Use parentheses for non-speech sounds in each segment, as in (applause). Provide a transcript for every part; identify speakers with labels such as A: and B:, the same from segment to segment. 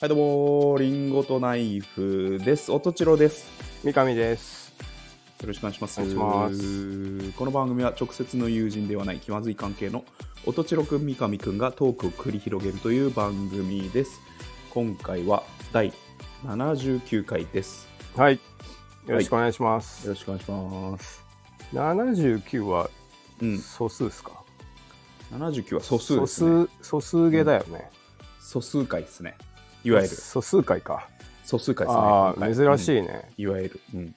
A: はい、どうも、リンゴとナイフです。おとちろです。
B: 三上です。
A: よろしくお願いします。
B: お願いします
A: この番組は直接の友人ではない気まずい関係のおとちろくん、三上くんがトークを繰り広げるという番組です。今回は第79回です。
B: はい。よろしくお願いします。
A: よろしくお願いします。
B: 79は
A: うん、
B: 素数ですか、
A: 79は素数ですね。
B: 素数、素数ゲーだよね。
A: 素数回ですね。いわゆる
B: 素数回か。
A: 素数回ですね。
B: あ
A: 今
B: あ、
A: 回
B: 珍し
A: うん
B: いね。
A: いわゆる。うん。
B: ちょ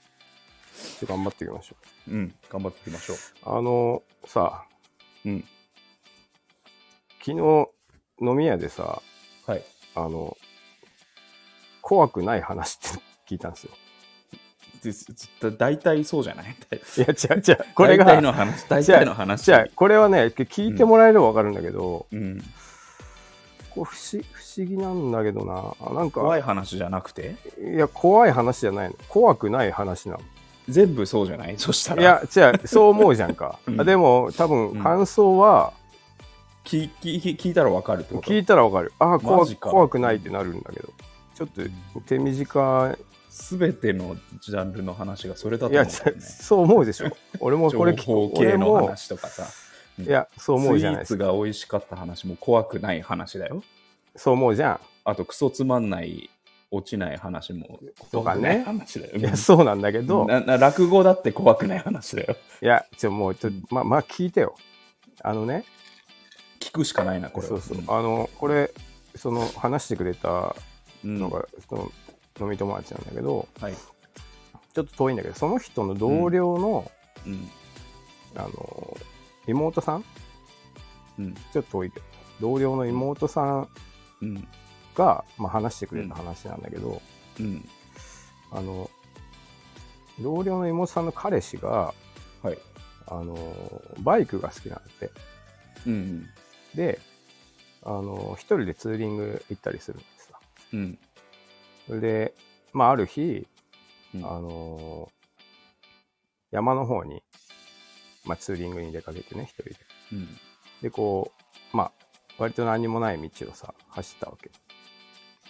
B: っと頑張っていきましょ
A: うん。頑張っていきましょう。
B: う。あの、さ、
A: うん。
B: 昨日、飲み屋でさ、
A: はい。
B: あの、怖くない話って聞いたんですよ。 (laughs)
A: でだ大体そうじゃない
B: いや、違う違う。これが、
A: 大体の話、大体の話。
B: 違う、これはね、聞いてもらえればわかるんだけど、
A: うん、
B: こう不思不思議なんだけどな。あなんか、
A: 怖い話じゃなくて
B: いや、怖い話じゃないの。怖くない話なの。
A: (laughs) 全部そうじゃないそしたら。
B: いや、違う、そう思うじゃんか
A: (laughs) うん
B: あでも、多
A: うん
B: 分感想は
A: 聞聞聞聞いたらわかるってこと
B: 聞いたらわかる。ああ、怖
A: マジか
B: 怖くないってなるんだけど。ちょっと手短
A: 全てのジャンルの話がそれだ
B: い。い
A: と思う
B: や、
A: んだよね
B: 違う (laughs) そう思うでしょ。俺もこれ
A: 情
B: 聞
A: 報系
B: 俺
A: の
B: も、
A: 話とかさうん
B: いや、そう思うじゃないで
A: スイ
B: す
A: ーツ
B: か。
A: が美味しかった話も怖くない話だよ
B: そう思うじゃ
A: あとクソつまんない落ちない話も
B: とか
A: 怖く
B: ね
A: ない話だよ、
B: ん。いや、そうなんだけど、
A: なな落語だって怖くない話だよ
B: いや、ちょ、もう、ちょ、ま、まあ、聞いてよ。あのね、
A: 聞くしかないなこれは
B: そうそう
A: う。ん
B: あの、これ、その、話してくれた
A: うん
B: のが、その、飲み友達なんだけど、
A: はい、
B: ちょっと遠いんだけど、その人の同僚の、
A: うん
B: あの、妹さん
A: うん
B: ちょっと遠いけど、同僚の妹さん
A: うん
B: が、まあ、話してくれた話なんだけど、
A: うん
B: あの、同僚の妹さんの彼氏が、
A: はい
B: あの、バイクが好きなんだって。
A: うん
B: で、あの、一人でツーリング行ったりするんですさ。
A: うん
B: それで、まあ、ある日、
A: うん
B: あの、山の方に、まあ、ツーリングに出かけてね、一人で。
A: うん
B: で、こう、まあ、割と何もない道をさ、走ったわけ。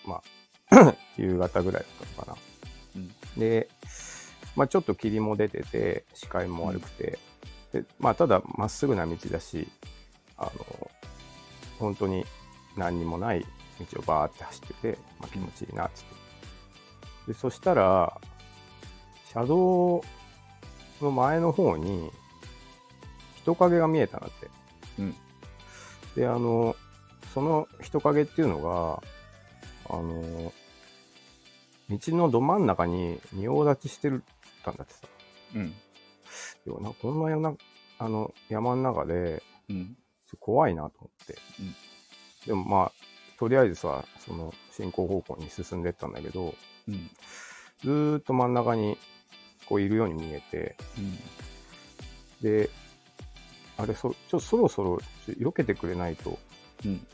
B: まあ、 (clears throat) 夕方ぐらいだったのかな。
A: うん
B: で、まあ、ちょっと霧も出てて視界も悪くて、でまあ、ただまっすぐな道だしあの本当に何にもない道をバーって走ってて、まあ、気持ちいいなっつってでそしたら車道の前の方に人影が見えたなって、
A: うん
B: であのその人影っていうのがあの道のど真ん中に仁王立ちしてるたんだってさ。
A: うん
B: いやなこんな山あの山の中で
A: うん
B: 怖いなと思って。
A: うん
B: でもまあ、とりあえずさ、その進行方向に進んでったんだけど、
A: うん
B: ずーっと真ん中にこういるように見えて、
A: うん
B: で、あれそ、ちょ、そろそろちょ避けてくれないと
A: うん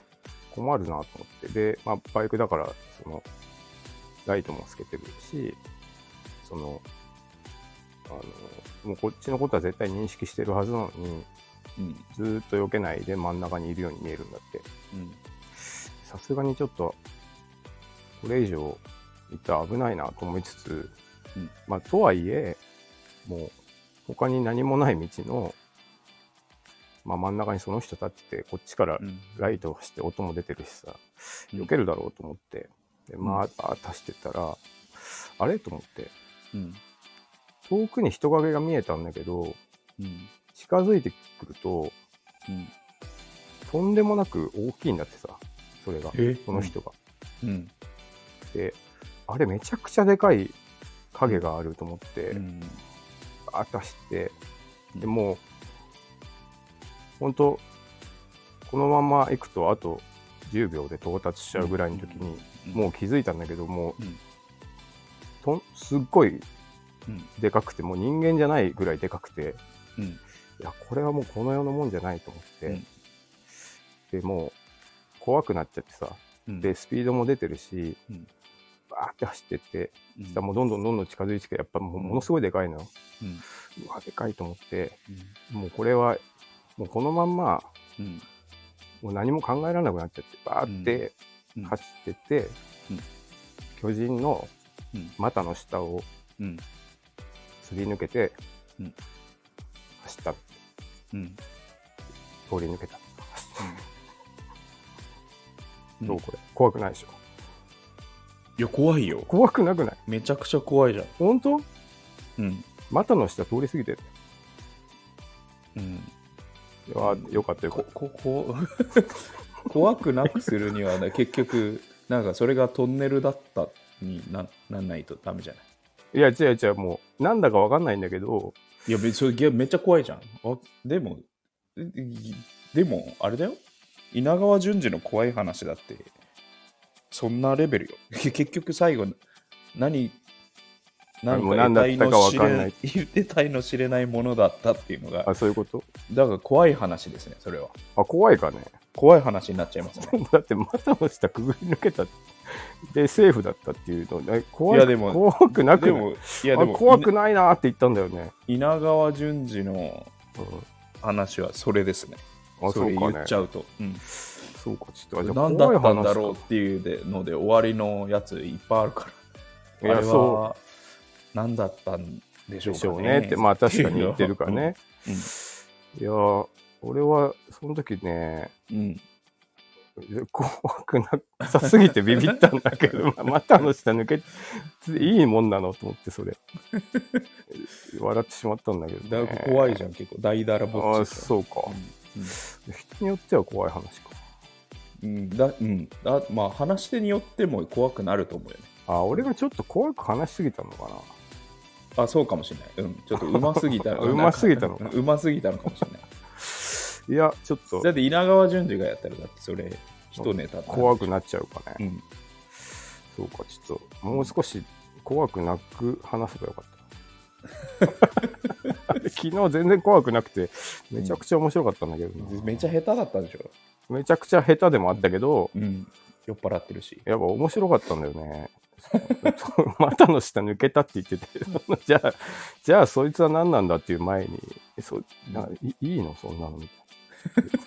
B: 困るなと思って。で、まあ、バイクだから、その、ライトもつけてるし、その、あの、もうこっちのことは絶対認識してるはずなのに、
A: うん
B: ずーっと避けないで真ん中にいるように見えるんだって。
A: うん
B: さすがにちょっと、これ以上行ったら危ないなと思いつつ、
A: うん
B: まあ、とはいえ、もう、他に何もない道の、まあ、真ん中にその人立ってて、こっちから
A: うん
B: ライトをして音も出てるしさ、
A: うん
B: 避けるだろうと思って、でまあ、バーッと走ってったら、あれと思って、
A: うん
B: 遠くに人影が見えたんだけど、
A: うん
B: 近づいてくると、
A: うん
B: とんでもなく大きいんだってさ、それが、
A: え
B: その人が。
A: うん
B: で、あれめちゃくちゃでかい影があると思って、
A: うん
B: バーッと走って、で
A: うん
B: もう、ほんと、このまま行くとあと10秒で到達しちゃうぐらいの時に、
A: うん
B: もう気づいたんだけどもう、
A: うん
B: とんすっごい
A: うん
B: でかくてもう人間じゃないぐらいでかくて
A: うん
B: いやこれはもうこの世のもんじゃないと思って、
A: うん
B: でもう怖くなっちゃってさ
A: うん
B: でスピードも出てるし、
A: うん
B: バーって走ってって
A: うん
B: したらもうどんどんどんどん近づいてきてやっぱもうものすごいでかいのよ、
A: うん
B: うわでかいと思って
A: うん
B: もうこれはもうこのまんま
A: うん
B: もう何も考えられなくなっちゃってバーって
A: うん
B: 走ってって、
A: うん
B: 巨人の
A: うん
B: 股の下を
A: うん
B: すり抜けて
A: うん
B: 走った、
A: うん
B: 通り抜けた、
A: うん
B: どうこれ怖くないでしょ
A: いや怖いよ
B: 怖くなくない
A: めちゃくちゃ怖いじゃん
B: 本当
A: うん
B: 股の下通り過ぎてる
A: うん
B: いやよかったよか
A: こ
B: っ
A: ここ怖くなくするにはね結局なんかそれがトンネルだったにななんないとダメじゃない
B: たいや違う違うもうなんだかわかんないんだけど
A: いや別にそれめっちゃ怖いじゃんあでもえいでもあれだよ稲川淳二の怖い話だってそんなレベルよ (laughs) 結局最後何
B: あもう
A: 何
B: 何
A: か
B: だっ
A: 得体
B: たか
A: の
B: わ
A: 知
B: かんな
A: れ
B: い
A: 得体の知れないものだったっていうのが
B: あそういうこと
A: だから怖い話ですねそれは
B: あ怖いかね (laughs)
A: 怖い話になっちゃいますね
B: だって股の下くぐり抜けたでセーフだったっていうのえ怖
A: い
B: い
A: やでも
B: 怖く (laughs) なく
A: で
B: ない
A: も、いやでも、
B: あ怖くないなーって言ったんだよね、
A: い稲川淳二の
B: うん
A: 話はそれですね。
B: あ
A: そ
B: そう
A: れ
B: か
A: 言
B: ね
A: っちゃうと。うん
B: そうかちょっとあじゃあ
A: 何だったんだ
B: 怖
A: ろう
B: い話
A: っていうでので終わりのやついっぱいあるか
B: い
A: ら。あ
B: や
A: れ
B: そ
A: は何だったんでし
B: う
A: ょう
B: でしょ
A: か
B: う
A: ね。
B: ねってまあ確かに言ってるからね、
A: うん
B: いやー俺はその時ね
A: (laughs) うん。
B: 怖くなさすぎてビビったんだけ
A: (laughs)
B: どま股の下抜けていいもんなのと思ってそれ (laughs) 笑ってしまったんだけ
A: だ
B: ど、
A: い
B: ね、
A: ぶ怖いじゃん、結構。大だらぼ
B: あ
A: っ
B: あ
A: ちでしょ。
B: そうか、人によっては怖い話か
A: うんうんだうんだまあ話し手によっても怖くなると思うよね。
B: あ俺がちょっと怖く話しすぎたのかな
A: あ、そうかもしれない。うん。ちょっとうますぎた
B: (laughs) うますぎたのか
A: うますぎたのかもしれない。
B: いやちょっと
A: だって稲川淳二がやったらだってそれ一ネタだ
B: 怖くなっちゃうかね、
A: うん
B: そうかちょっともう少し怖くなく話せばよかった (laughs) 昨日全然怖くなくてめちゃくちゃ面白かったんだけどな、
A: めちゃ下手だったでしょ、
B: めちゃくちゃ下手でもあったけど、
A: うん、酔っ払ってるし
B: やっぱ面白かったんだよね。 (laughs) そう股の下抜けたって言ってて、 (laughs) そのじゃあ、じゃあそいつは何なんだっていう前に、えそうないいいのそんなのみた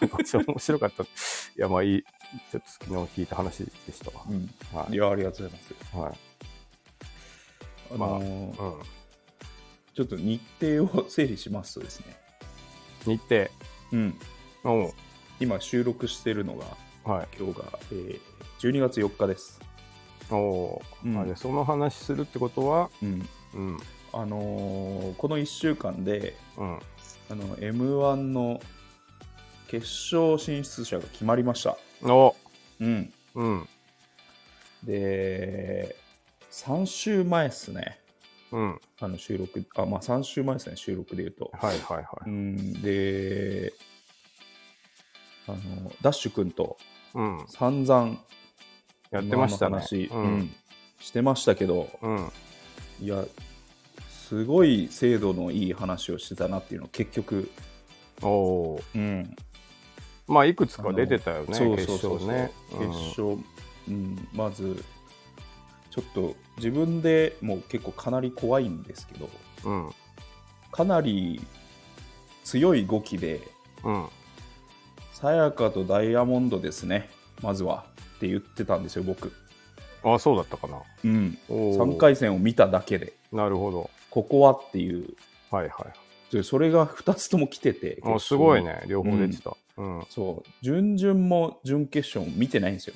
B: いな。ちょっと面白かった。いや、まあいい。ちょっと昨日聞いた話でしたわ。
A: うん
B: はいい。
A: やありがとうございます
B: はい
A: あ
B: まあ
A: のー
B: うん、
A: ちょっと日程を整理しますとですね、
B: 日程。
A: うん、
B: うん。
A: 今収録してるのが
B: はい。
A: 今日が、えー、12月4日です、
B: おお
A: う
B: ー、
A: ん
B: あれ、その話するってことは、
A: うん
B: うん。
A: あのーこの1週間で
B: うん。
A: あの m 1の決勝進出者が決まりました、
B: お
A: うん、
B: うん。
A: で3週前っすね
B: うん。
A: あの収録、あ、まあ3週前ですね、収録で言うと。
B: はいはいは
A: う
B: い。
A: ん、で、あの、ダッシュ君と
B: うん。
A: 散々、
B: やってました
A: M1 の
B: ね。
A: 話
B: う。
A: うんんしてましたけど、
B: うん。
A: いや、すごい精度のいい話をしてたなっていうのを結局、
B: おお
A: う
B: ー。
A: ん、
B: まあ、いくつか出てたよね、
A: そう
B: 決
A: そうそうそ
B: 勝
A: う、
B: ね。
A: 決勝、うん、まず、ちょっと自分でもう結構かなり怖いんですけど、
B: うん。うん
A: かなり強い語気で、
B: うん。
A: さやかとダイヤモンドですね、まずはって言ってたんですよ、僕。
B: あ、そうだったかな。
A: うん、
B: おー
A: 3回戦を見ただけで、
B: なるほど。
A: ここはっていう、
B: はいは
A: でそれが2つとも来てて、
B: い。あ、すごい。ね。両方出てた。うん。
A: そう、準々も準決勝も見てないんですよ。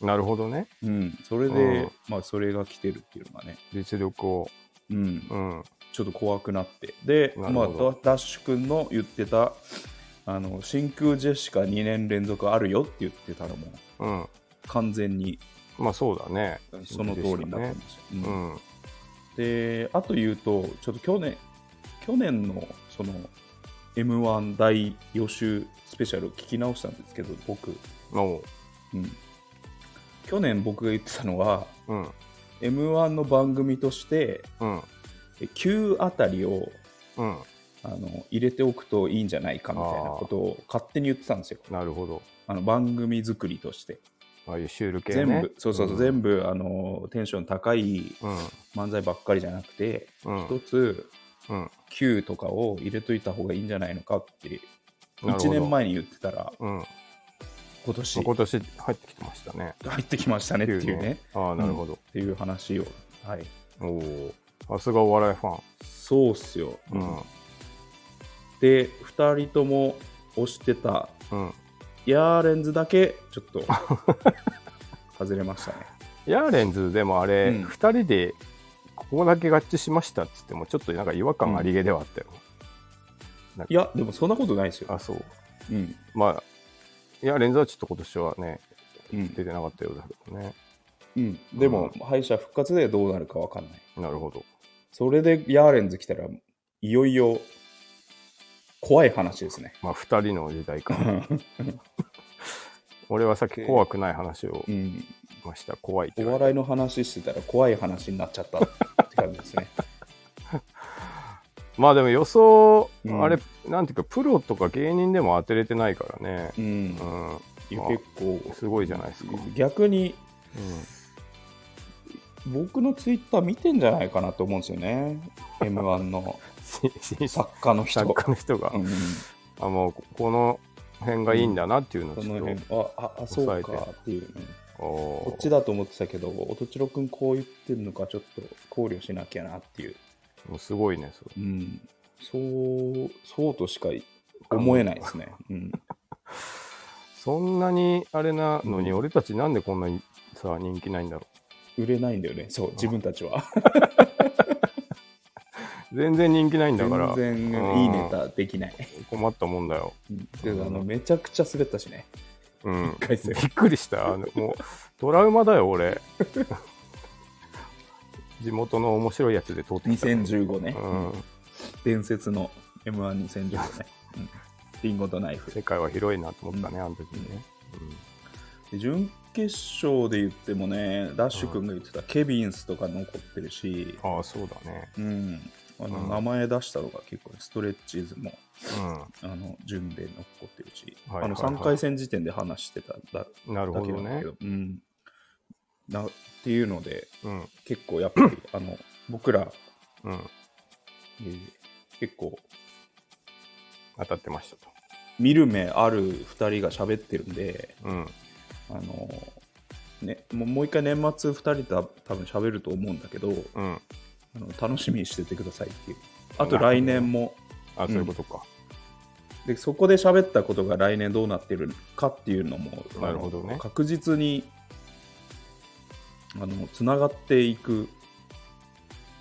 B: なるほどね。
A: うん、それで、
B: うん
A: まあ、それが来てるっていうのがね、
B: 実力を。
A: うん、
B: うん。
A: ちょっと怖くなって。で、
B: なる
A: まあ、
B: ほど
A: ダダッシュ君の言ってた、あの真空ジェシカ2年連続あるよって言ってたのも、
B: うん。
A: 完全に
B: まあ、そうだね。
A: その通りになってました。うん
B: うん。
A: であと言うとちょっと去年去年のその m 1大予習スペシャルを聞き直したんですけど僕、
B: おう。
A: うん、去年僕が言ってたのは
B: うん。
A: m 1の番組として
B: うん。
A: え9あたりを
B: うん。
A: あの入れておくといいんじゃないかみたいなことを勝手に言ってたんですよ
B: なるほど。
A: あの番組作りとして、
B: ああいうシュール系ね。
A: 全部そうそうそう、
B: ん
A: 全部あのテンション高い
B: うん。
A: 漫才ばっかりじゃなくて
B: うん。
A: 一つ
B: うん。
A: 9とかを入れといた方がいいんじゃないのかって
B: なるほ
A: 1
B: ど
A: 年前に言ってたら
B: うん。
A: 今年
B: 今年入ってきてましたね。
A: 入ってきましたねっていうね。
B: ああ、なるほど。
A: っていう話を。はい。
B: おーさすがお笑いファン。
A: そうっすよ。
B: う
A: で、2人とも押してた
B: ん。うん。
A: ヤーレンズだけ、ちょっ
B: (laughs)
A: と、外れましたね。
B: ヤーレンズでもあれ、
A: うん
B: 2人でここだけ合致しましたっつっても、ちょっとなんか違和感ありげではあったよ。
A: いや、でもそんなことないですよ。
B: あ、そう。
A: うん。
B: まあ、ヤーレンズはちょっと今年はね、
A: うん
B: 出てなかったようだけどね。
A: うん、でも、敗者復活でどうなるかわかんない。
B: なるほど。
A: それでヤーレンズ来たら、いよいよ、怖い話です
B: (laughs)
A: ね。
B: まあ、2人の時代か。俺はさっき怖くない話を
A: う
B: し
A: ん。
B: ました。怖いって
A: お
B: 言われ
A: 笑いの話してたら怖い話になっちゃったって感じです
B: (laughs)
A: ね。
B: まあでも予想、
A: うん
B: あれ、なんていうか、プロとか芸人でも当てれてないからね。
A: うん
B: う。ん。
A: いや
B: まあ
A: 結構、
B: すごいじゃないですか。
A: 逆に
B: う
A: 僕のツイッター見てんじゃないかなと思うんですよね。M1 の
B: ん。しし
A: 作家の人。
B: 作家の人が
A: う、ん、こ
B: あもうここの辺がいいんだなっていうのをち
A: の
B: ょっ
A: 辺あああ、そ
B: 抑
A: う
B: えて
A: かっていうね、
B: と、おー
A: こっちだと思ってたけど、おとちろくんこう言ってるのか、ちょっと考慮しなきゃなっていう、
B: もうすごいね、それ
A: うん、そう、そうとしか思えないですね。うん、
B: そんなにあれなのに、
A: う
B: 俺たちなんでこんなにさ、人気ないんだろ
A: 売れないんだよね、そう、自分たちは。
B: う。全然人気ないん (laughs) だから
A: 全、然いいネタできない。
B: 困ったもんだよ。
A: で、あの、めちゃくちゃ滑ったしね、
B: うん。
A: 一回戦
B: び。っくりした。あのもう、トラウマだよ、 (laughs) 俺。地元の面白いやつで通ってきた。
A: 2015ね、
B: うん。
A: 伝説の m 1 2 0 1 5ね、うん、リンゴとナイフ
B: 世界は広いなと思ったね、あの時にね。
A: で準決勝で言ってもねダッシュ君が言ってたケビンスとか残ってるし、
B: うん、ああ、そうだね。
A: うん、あの
B: うん
A: 名前出したのが結構ねストレッチーズも
B: う
A: あの順で残ってるし、
B: はいはいはい
A: あの3回戦時点で話してただ
B: ん。なる
A: だ
B: ほ
A: けな
B: ど
A: んだ
B: ね
A: け。ど、うん、なっていうので
B: うん。
A: 結構やっぱ
B: (coughs)
A: りあの僕ら、
B: うん。
A: えー結構
B: 当たってましたと。
A: 見る目ある2人が喋ってるんで。
B: うん。
A: あのね、もうもう一回年末2人と多分喋ると思うんだけど
B: うん。
A: あの楽しみにしててくださいっていうあと
B: なるほど
A: 来年も
B: あ、そういうことか。
A: でそこで喋ったことが来年どうなってるかっていうのもあの
B: なるほどね
A: 確実につながっていく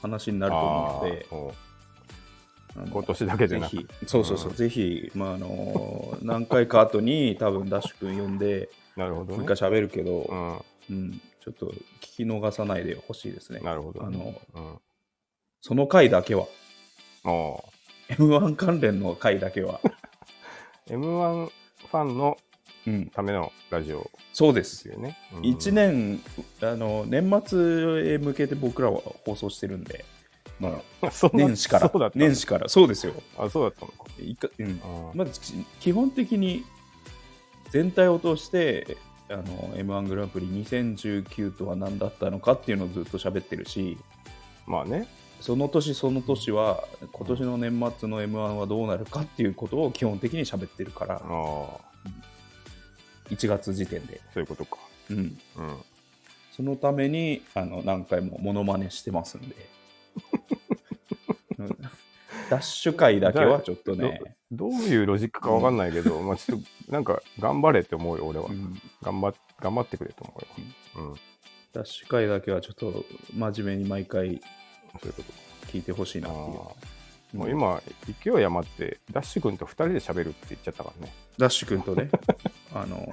A: 話にな
B: あ
A: ると思うの
B: ー
A: で
B: おう
A: あの
B: 今年だけじゃ
A: ぜ
B: なく
A: ひそうそうそう、ぜひ、まあ、あの何回か後に多分ダッシュ君呼んで
B: なるほど
A: もう一
B: ね
A: 回。喋るけど、
B: うん。
A: うん、ちょっと聞き逃さないでほしいですね。
B: なるほど。
A: あの
B: うん。
A: その回だけは、
B: おう
A: M1 関連の回だけは、
B: M1 ファンの
A: うん、
B: ためのラジオで
A: そうです
B: す。よね。うん
A: 1。年あの、年末へ向けて僕らは放送してるんで、まあ、
B: (laughs) そんな
A: 年始から
B: そうだっ、た。
A: 年始から、そうですよ。
B: あ、そうだったのか。
A: いかうん
B: あー
A: まず、き基本的に全体を通して、あの M1 グランプリ2019とは何だったのかっていうのをずっと喋ってるし、
B: まあね。
A: その年その年は今年の年末の m 1はどうなるかっていうことを基本的に喋ってるか
B: あ
A: ら
B: あ、
A: 1月時点で、
B: そういうことか。
A: うん、
B: うん。
A: そのためにあの何回もモノマネしてますんで (laughs) うんダッシュ回だけはちょっとね、
B: どういうロジックかわかんない
A: (laughs)
B: けど、まあちょっと、なんか、頑張れって思うよ、俺は
A: う。ん
B: 頑張っ頑張ってくれと思うよ。うん。
A: ダッシュ回だけはちょっと真面目に毎回
B: そういうことか。
A: 聞いてほしいな
B: あ
A: って
B: ーもう
A: いう、うん
B: 今、勢い余って、ダッシュ君と2人で喋るって言っちゃったからね。
A: ダッシュ君と
B: (laughs)
A: ねあの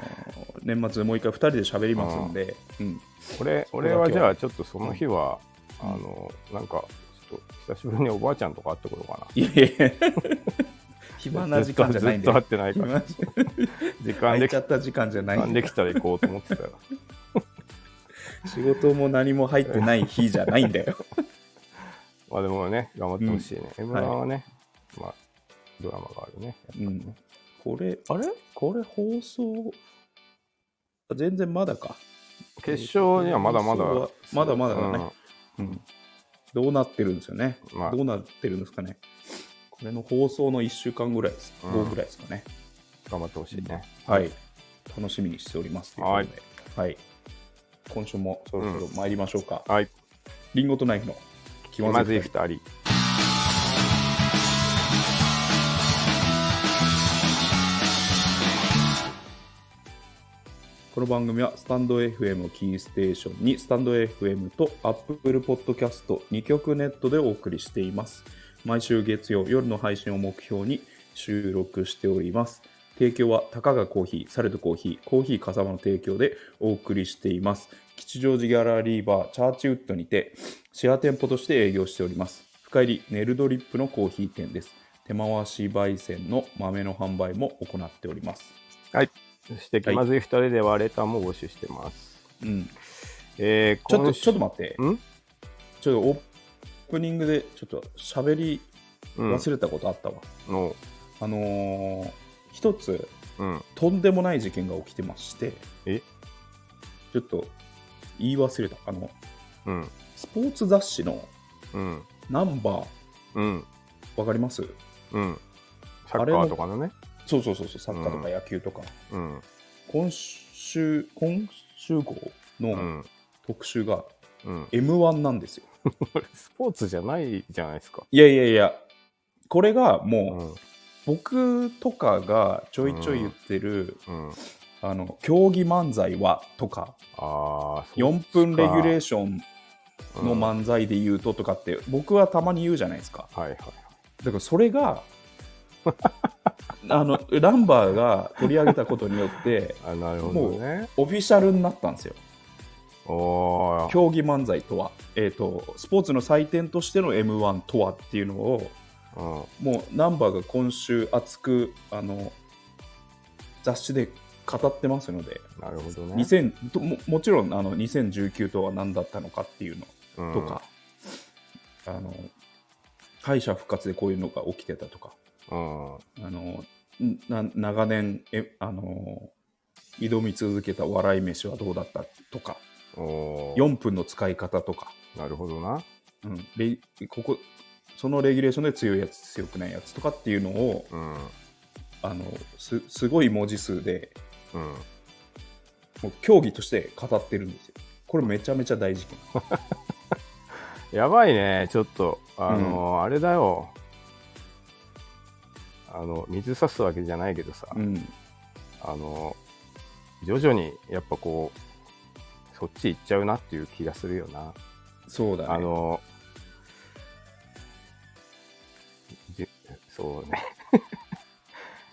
A: 年末もう一回2人で喋りますんで、うん、
B: 俺
A: こだ
B: 俺
A: けは
B: はじゃあ、ちょっとその日は、
A: うん
B: あの、なんか、ちょっと久しぶりにおばあちゃんとか会ってこようかな。
A: いや
B: (laughs)
A: いや暇な時間じゃないん
B: ず
A: だ
B: っと
A: よ
B: 会ってないから。時間
A: 空
B: で
A: い
B: き
A: ちゃった時間じゃな
B: 時間
A: い
B: できたら行こうと思ってたら。
A: 仕事も何も入ってない日じゃないんだよ
B: まあでもね、頑張ってほしいね。M1
A: はい
B: はね、まあ、ドラマがあるね。
A: うんこれあれこれ放送あ全然まだか
B: 決勝にはまだまだ
A: 放送は。まだまだだね、うんどうなってるんですよね、
B: まあ
A: どうなってるんですかねこれの放送の1週間ぐらいです、
B: うん
A: 後ぐらいですかね
B: うん頑張ってほしいね。
A: はい楽しみにしておりますということで、はい今週もそろそろ参りましょうか、
B: はい。
A: リンゴとナイフの気
B: 気まずい2人。
A: この番組はスタンド FM をキーステーションにスタンド FM と Apple Podcast2 曲ネットでお送りしています。毎週月曜夜の配信を目標に収録しております。提供はたかがコーヒー、サレドコーヒー、コーヒーかさまの提供でお送りしています。吉祥寺ギャラリーバーチャーチウッドにてシェア店舗として営業しております。深入りネルドリップのコーヒー店です。手回し焙煎の豆の販売も行っております。
B: そして気まずい2人ではレターも募集してます。
A: うん、
B: えー、
A: ちょっと
B: 今週
A: ちょっと待って。
B: ん
A: ちょっとオープニングでちょっと喋り
B: うん
A: 忘れたことあったわ。
B: の、
A: あのー一つ
B: うん。
A: とんでもない事件が起きてまして、
B: え
A: ちょっと言い忘れた。あの、
B: うん。
A: スポーツ雑誌の
B: うん。
A: ナンバー、
B: うん。
A: わかります
B: うん。サ
A: あ
B: ッ
A: れ
B: カ
A: の
B: ーとかのね。
A: そうそうそうそう、サッカーとか野球とか。
B: うん。
A: 今週、今週号
B: う
A: の
B: ん。
A: 特集が
B: うん。
A: M1 なんですよ。
B: これスポーツじゃないじゃないですか。
A: いやいやいや、これがもう、
B: うん。
A: 僕とかがちょいちょい言ってる、
B: うん。
A: あの競技漫才はとか
B: ああ、
A: 4分レギュレー
B: シ
A: ションの漫才で言うととかって、僕はたまに言うじゃないですか
B: はいはい。
A: だからそれ
B: (laughs)
A: があのランバーが取り上げたことによ
B: (laughs)
A: って
B: あなるほどね。
A: オフィシャルになったんですよ
B: おー
A: 競技漫才とは、えー、とスポーツの祭典としての m 1とはっていうのを
B: うん
A: もうナンバーが今週熱くあの雑誌で語ってますので
B: なるほどね。
A: 2000とももちろんあの2019とは何だったのかっていうの
B: うん
A: とか、あの敗者復活でこういうのが起きてたとか
B: うん。
A: あのんな長年えあの挑み続けた笑い飯はどうだったとか
B: おー
A: 4分の使い方とか、
B: なるほどな。
A: うん、レここそのレギュレーションで強いやつ強くないやつとかっていうのを
B: うん。
A: あのすすごい文字数で
B: うん。
A: もう競技として語ってるんですよ。これめちゃめちゃ大事件。
B: やばいね、ちょっと。あのー、あれだよ。あの、水差すわけじゃないけどさ、
A: うん
B: あのー、徐々にやっぱこう、そっち行っちゃうなっていう気がするよな。
A: そうだね。
B: あのー、じそうね。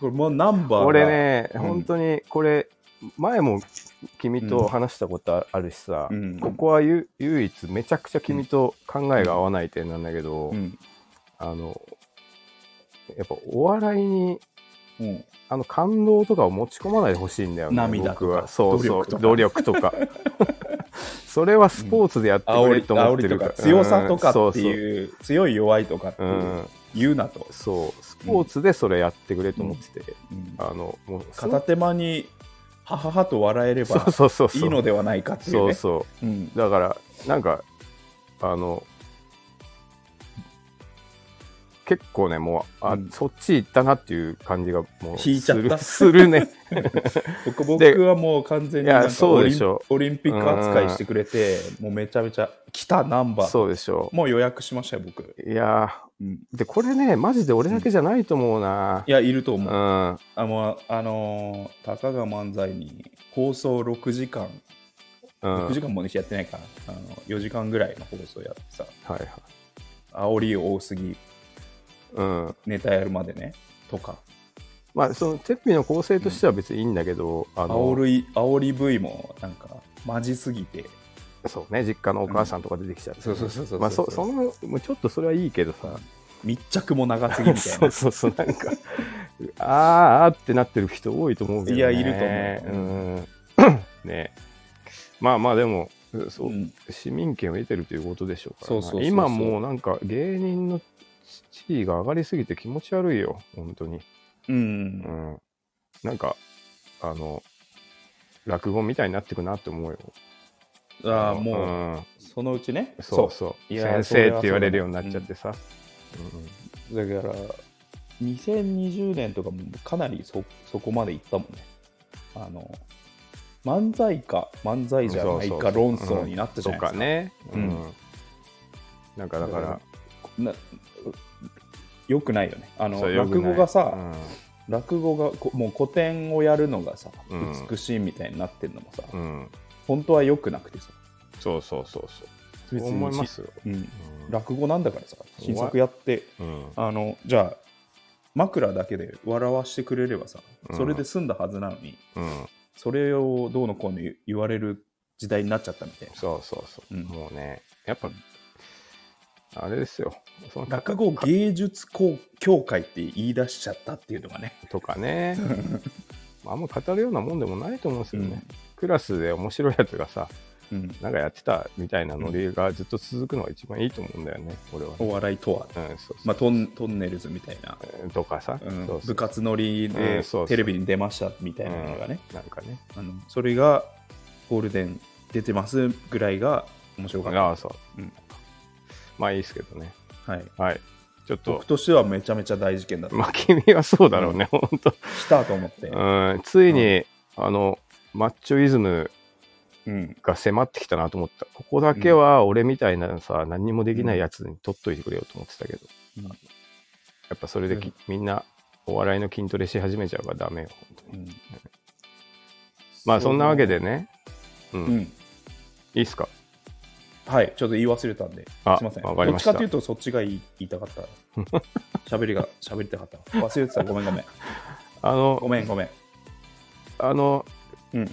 A: これもうナンバーが
B: 俺ね、
A: うん
B: 本当にこれ、前も君と話したことあるしさ、
A: うん
B: ここはゆ唯一めちゃくちゃ君と考えが合わない点なんだけど、
A: うん
B: あの、やっぱお笑いに、
A: うん
B: あの感動とかを持ち込まないでほしいんだよね。
A: 涙とか
B: 僕は。そうそう。
A: 努
B: 努力とか。 (laughs) それはスポーツでやってく
A: 煽
B: れ
A: り
B: と思
A: 煽
B: って
A: り
B: る
A: と
B: か。
A: から強さとかって
B: うん。
A: いう,、強い弱いとかって
B: そ
A: いう
B: そう
A: う
B: うん
A: 言うなと、
B: そう。スポーツでそれやってくれと思ってて。
A: うん
B: あの、もう、
A: 片手間にはははと笑えれば
B: そうそうそうそう。
A: いいのではないかっていう
B: そう
A: ね
B: そ
A: うん
B: う。だから、なんか、あの、結構ね、もう、あ、
A: うん
B: そっち行ったなっていう感じが、もう、
A: 引いちゃった
B: (laughs) するするね。
A: 僕僕はもう完全に
B: い
A: な
B: や
A: んか
B: そ
A: オ
B: うで
A: リン
B: しょ
A: オリンピック扱いしてくれてもうめちゃめちゃ来たナンバー
B: そうでしょ
A: もう予約しましたよ僕、
B: う。いや
A: うん
B: ーで、これね、マジで俺だけじゃないと思うな。
A: いやいると
B: う
A: 思う、
B: ん。
A: あのあのーたかが漫才に放送6時間
B: うん。
A: 6時間もねやってないかなあの4時間ぐらいの放送やってさ
B: はいはい。
A: 煽り多すぎ
B: うん。
A: ネタやるまでねとか
B: まあ、その、テッピの構成としては別にいいんだけど、あの、
A: 煽り煽り V もなんかマジすぎて
B: そうね、実家のお母さんとか出てきちゃって、
A: そうそうそうそう
B: まあ、そ、その、もうちょっとそれはいいけどさ、
A: 密着も長すぎみたい
B: そ
A: な
B: うそうそう、なんか、あーあーってなってる人多いと思うけど、ね。
A: いやいると思う
B: うん。ねまあまあ、でも、そう、
A: うん
B: 市民権を得てるということでしょうからな
A: そうそうそうそう
B: 今もうなんか芸人の地位が上がりすぎて気持ち悪いよ本当に
A: う
B: うんんなんかあの落語みたいになってくなって思うよ
A: ああもう
B: うん
A: そのうちね
B: そうそう
A: いやー
B: 先
A: それ
B: 生
A: は
B: って言われるようになっちゃってさうん
A: そうだから2020年とかもかなりそそこまでいったもんねあの漫才か漫才じゃないか論争になったじゃないで
B: とか
A: すか。
B: ね、うん
A: うん
B: なんかだから
A: なよくないよね。あの
B: そう良く
A: 落
B: ない
A: 語がさ、
B: うん
A: 落語がこもう古典をやるのがさ
B: うん
A: 美しいみたいになってるのもさ、
B: うん、
A: 本当はよくなくてさ
B: そうそうそうそう
A: 別に
B: 思いますよ、
A: うん、
B: うん
A: 落語なんだからさ新作やって
B: うん
A: あのじゃあ枕だけで笑わしてくれればさ
B: うん
A: それで済んだはずなのに、
B: うん、
A: それをどうのこうの言われる時代になっちゃったみたいな
B: そうそうそう、
A: うん
B: もうねやっぱあれですよその
A: 落語芸術こう協会って言い出しちゃったっていうのがね
B: とか
A: (laughs)
B: ねあんま語るようなもんでもないと思うんですよね、クラスで面白いやつがさ
A: うん
B: なんかやってたみたいなノリがずっと続くのが一番いいと思うんだよね俺はね、
A: お笑いとは、
B: うんそうそう
A: まあ、トントンネルズみたいな、
B: とかさ、
A: うん
B: そうそ
A: 部
B: う
A: 活乗り
B: う
A: で
B: んそうそう
A: テレビに出ましたみたいなのがね、
B: うんなんかね
A: あのそれがゴールデン出てますぐらいが面白かっ
B: ああそう、
A: うん
B: まあいいですけどね
A: た、はい、
B: はいちょっと
A: 僕としてはめちゃめちゃ大事件だと
B: まあ君はそうだろうね、ほん、本当
A: 来たと思って、
B: うんついに、あのマッチョイズム
A: うん
B: が迫ってきたなと思ったここだけは俺みたいなさ、何にもできないやつに取っといてくれよと思ってたけど、
A: うん
B: やっぱそれで
A: う
B: き、
A: ん
B: みんなお笑いの筋トレし始めちゃうからダメよ本当
A: う
B: に
A: ん
B: まあそんなわけでね、うん
A: う
B: い
A: ん、
B: いっすか
A: はいちょっと言い忘れたんで
B: あ
A: すいません
B: わかりました
A: どっちかというとそっちが言い言いたかった
B: (laughs)
A: 喋りが喋りたかった忘れてたごめんごめん
B: あの
A: ごめんごめん
B: あの
A: うん、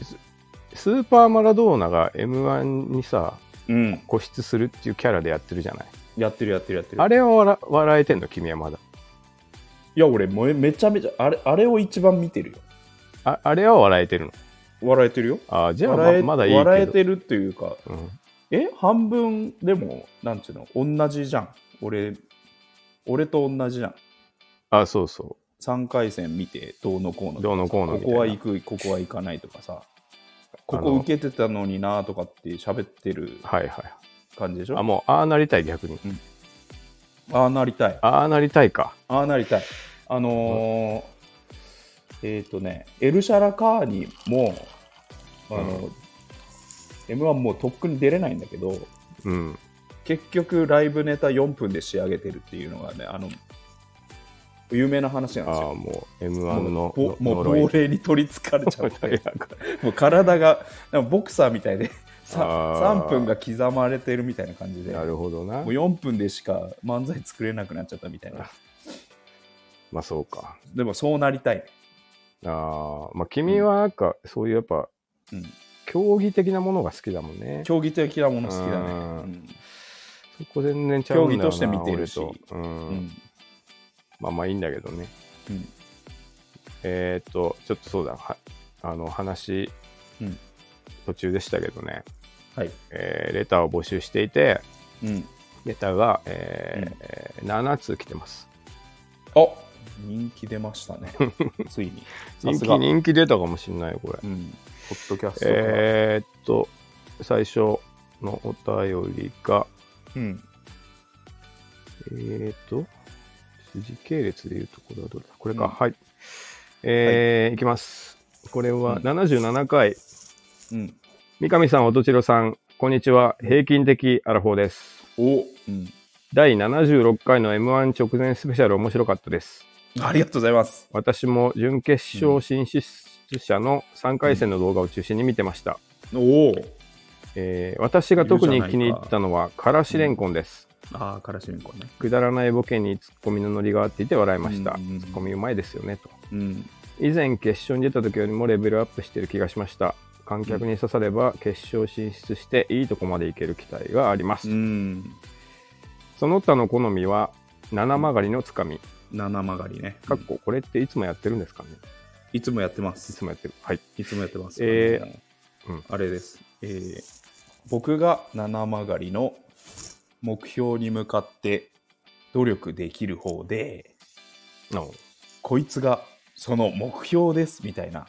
B: スーパーマラドーナが m 1にさ
A: うん、
B: 固執するっていうキャラでやってるじゃない
A: やってるやってるやってる
B: あれは笑笑えてんの君はまだ
A: いや俺もうめちゃめちゃあれあれを一番見てるよ
B: ああれは笑えてるの
A: 笑えてるよ
B: あじゃあ
A: 笑え
B: ままだいいけど
A: 笑えてるっていうか
B: うん
A: え半分でもなんていうの同じじゃん俺俺と同じじゃん
B: あそうそ
A: 3回戦見てどうのこう
B: う
A: の
B: どうのこう
A: こ
B: のみた
A: こ
B: いな
A: は行くここは行かないとかさここ受けてたのになとかって喋ってる
B: はいはい
A: 感じでしょ
B: あ
A: あ
B: もうああなりたい逆に
A: あなりたい
B: ああなりたいか
A: ああなりたいあのーえっ、とねエルシャラカーニもあの、
B: う
A: m 1もうとっくに出れないんだけど
B: うん
A: 結局ライブネタ4分で仕上げてるっていうのがねあの有名な話なん
B: あ
A: ですよ
B: あもう m 1
A: も
B: の
A: うぼもう
B: 呪い
A: 亡霊に取りつかれちゃっ
B: (laughs) いや
A: てもう体がなんかボクサーみたいでさ
B: あー
A: 3分が刻まれてるみたいな感じで
B: (laughs) なるほどな
A: もう4分でしか漫才作れなくなっちゃったみたいな
B: まあそうか
A: でもそうなりたい、
B: ああまあ君はなんかそういうやっぱ
A: うん、
B: 競技的なものが好きだもんね
A: 競技的なもの好きだね
B: うん
A: うん
B: そこ全然ちゃうんだよな
A: 競技として見てるし
B: 俺とうん
A: うん
B: まあまあいいんだけどね
A: うん
B: えーっとちょっとそうだはあの話
A: うん
B: 途中でしたけどね、
A: はい
B: えーレターを募集していて
A: うん
B: レターが、えー7通来てます
A: あ人気出ました (laughs) ねついにさ
B: 人
A: すが
B: 気人気出たかもしれないよこれ
A: うんポッドキャストから
B: えー、っと最初のお便りが
A: うん
B: えー、っと時系列でいうとこれはどれだこれか、
A: うん
B: はいえーいきますこれは
A: うん
B: 77回、
A: うん
B: 三上さん、おとちろさん、こんにちは。平均的アラフォーです。
A: お、うん、
B: 第76回の M1 直前スペシャル面白かったです。
A: ありがとうございます
B: 私も準決勝進出者の3回戦の動画を中心に見てました。
A: おお
B: えー私が特に気に入ったのは、からしれんこんです。
A: ああからしれんこね
B: くだらないボケにツッコミのノリがあっていて笑いました。
A: うんうんうん
B: ツッコミうまいですよね、と。
A: うん
B: 以前決勝に出た時よりもレベルアップしてる気がしました。観客に刺されば決勝進出していいとこまでいける期待があります
A: う。ん
B: その他の好みは七曲がりのつかみ、
A: 七曲がりね
B: かっここれっていつもやってるんですかね
A: いつもやってま
B: い
A: す
B: つもやってる。はい。
A: いつもやってます
B: えー
A: あの
B: うん
A: あれですえー僕が七曲がりの目標に向かって努力できる方で
B: あ
A: こいつがその目標ですみたいな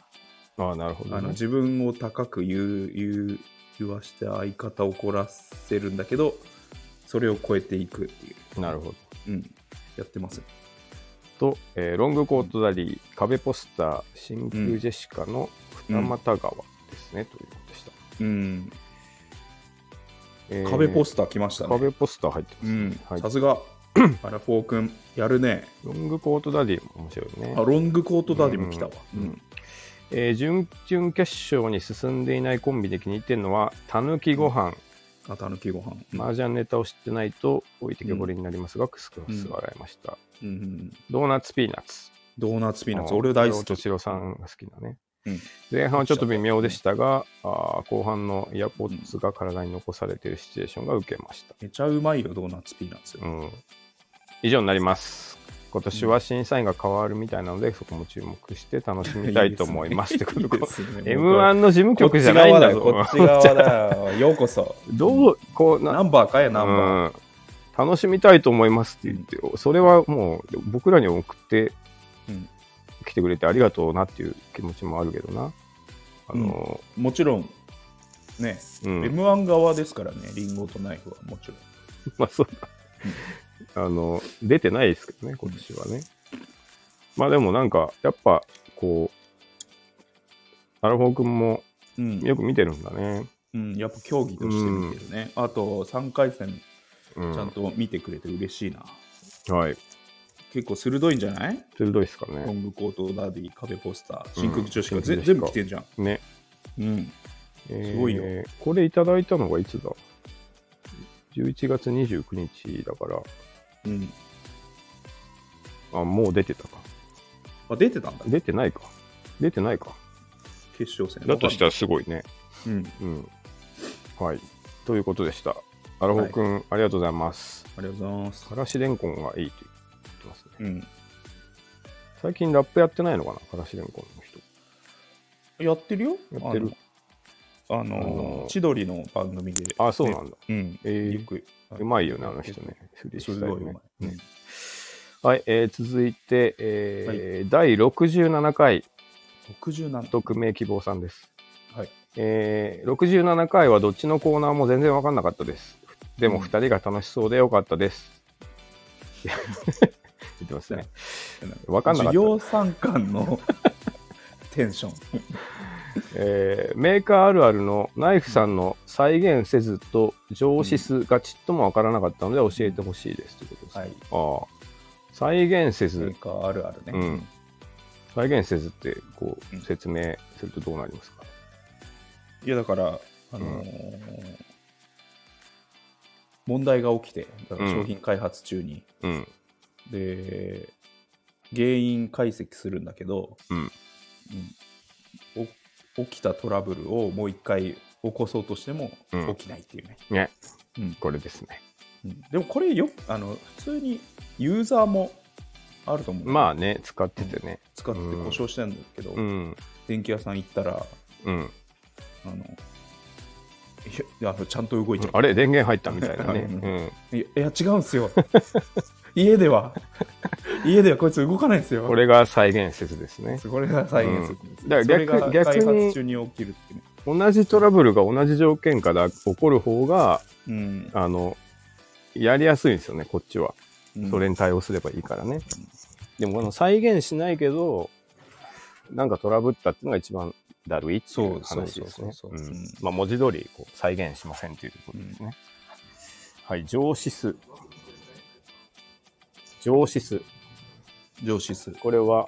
B: あ、なるほど、
A: あの
B: ね。
A: 自分を高く言う言う言わして相方を怒らせるんだけどそれを超えていくっていう、
B: なるほど。
A: うん、やってます
B: と、えーロングコートダディ、壁ポスター、真空ジェシカの二俣川ですね、ということでした。
A: うん。
B: えー
A: 壁ポスター来ましたね。
B: 壁ポスター入ってま
A: う
B: す、
A: ん
B: は。い
A: さす
B: (clears throat)
A: が、アラフォー君、やるね。
B: ロングコートダディも面白いね。
A: あ、ロングコートダディも来たわ。
B: うんえー準々決勝に進んでいないコンビで気に入ってるのは、たぬきご飯、
A: あ、たぬきご飯。うん
B: 麻雀ネタを知ってないと置いてけぼりになりますが、クスクス笑いました。
A: うんうん
B: ドーナツピーナッツ。
A: ドーナツピーナッツ、
B: あー
A: 俺大好
B: これを
A: き。
B: 敏郎さんが好きなね。
A: うん
B: 前半はちょっと微妙でしたが、あー後半のイヤポッツが体に残されているシチュエーションが受けました。
A: めちゃうまいよ、ドーナツピーナッツ。
B: うん、以上になります。今年は審査員が変わるみたいなので、そこも注目して楽しみたいと思
A: (laughs)
B: います。って (laughs) こと
A: で
B: か。
A: すね
B: M1 の事務
A: こっ
B: 局じ
A: ち
B: ゃないん
A: 側だ
B: だ
A: よ、
B: ぞ。
A: こっち側
B: (laughs)
A: だよ。ようこそ。
B: どう、こう、な
A: ナンバーかえ、ナンバー。
B: うん、楽しみたいと思いますって言って、それはもう僕らに送って
A: うん
B: 来てくれてありがとうなっていう気持ちもあるけどな。あの、
A: もちろん、ね、
B: うん、
A: M1 側ですからね、リンゴとナイフはもちろん。
B: (laughs) まあそうだ。あの、出てないですけどね、今年はね。まあでもなんか、やっぱ、こう、アラフォー君も
A: うん、
B: よく見てるんだね。
A: うん、やっぱ競技として見てるね。あと、3回戦、
B: う
A: ちゃん
B: ん。
A: と見てくれて嬉しいな。
B: はい。
A: 結構鋭いんじゃない
B: 鋭いですか
A: ロ
B: ね。
A: ングコートダディ、壁ポスター、真空女子が、
B: うん
A: ぜ
B: 真空
A: 全部
B: 女子か
A: 来てんじゃん。
B: ね。
A: うん。
B: す
A: ごいよ
B: これいただいたのがいつだ ?11 月29日だか
A: うん、
B: ら、あ、もう出てたか。
A: あ出てたんだ、
B: 出てないか。出てないか。
A: 決勝戦。
B: だとしたらすごいね。
A: うん、あ
B: うん。はい。ということでした。アラフォー君、ありがとうございます。
A: りがとうございます。
B: からしれんこんがいいと言ってますね。
A: うん、
B: 最近ラップやってないのかなからしれんこんの人。
A: やってるよ
B: やってる
A: あのあの、
B: あのー
A: 千鳥の番組で。
B: あ、そうなんだ。
A: うん。
B: え
A: よく
B: ー、うまいよね、あの人ね。フリー
A: す
B: スタイ
A: ご
B: ル
A: い
B: ね
A: うまい。
B: ねはい、えー続いて、えー第67回、
A: 67と。
B: 匿名希望さんです。
A: はい。
B: えー、67回はどっちのコーナーも全然分かんなかったです。でも
A: うん
B: 2人が楽しそうでよかっ
A: (laughs)
B: たです。言ってますね。分かんなか
A: 授
B: った。
A: 業参観
B: (laughs)
A: のテンション。
B: えーメーカーあるあるのナイフさんの再現せずと上司数がちっとも分からなかったので教えてほしいですということです。
A: はい。
B: ああ再現せ
A: メ
B: ず
A: ー、カーあるあるね。
B: うん、再現せずってこう
A: うん
B: 説明するとどうなりますか、
A: いやだから、あのー問題が起きて、だから商品開発中に、
B: うん、
A: で、原因解析するんだけど、
B: うん
A: うんお起きたトラブルをもう一回起こそうとしても
B: うん
A: 起きないっていうね。
B: ね、
A: うん
B: これですね。
A: うんでもこれよく、あの普通にユーザーもあると思う。
B: まあね、使っててね。
A: 使って故障してるんだけど、
B: うん、
A: 電気屋さん行ったら、
B: うん。
A: あのいやあのちゃんと動いてる。
B: あれ電源入ったみたい
A: (laughs)
B: なね。
A: うん
B: うん
A: いやいや違うんすよ (laughs) 家では家ではこいつ動かないんですよ
B: これが再現説ですね。
A: これが再現するんです、
B: うんだから逆
A: それが
B: 逆に
A: 開発中に起きるっていうね
B: 同じトラブルが同じ条件から起こる方が、
A: うん
B: あの、やりやすいんですよね、こっちは。
A: うん
B: それに対応すればいいからね。でも、あの、再現しないけど、なんかトラブったっていうのが一番だるいっていう
A: そう
B: 話ですね。
A: そうそう
B: う
A: そうそうん
B: まあ、文字通りこう再現しませんということですね。はい、上司数。上司数。
A: 上司数
B: これは、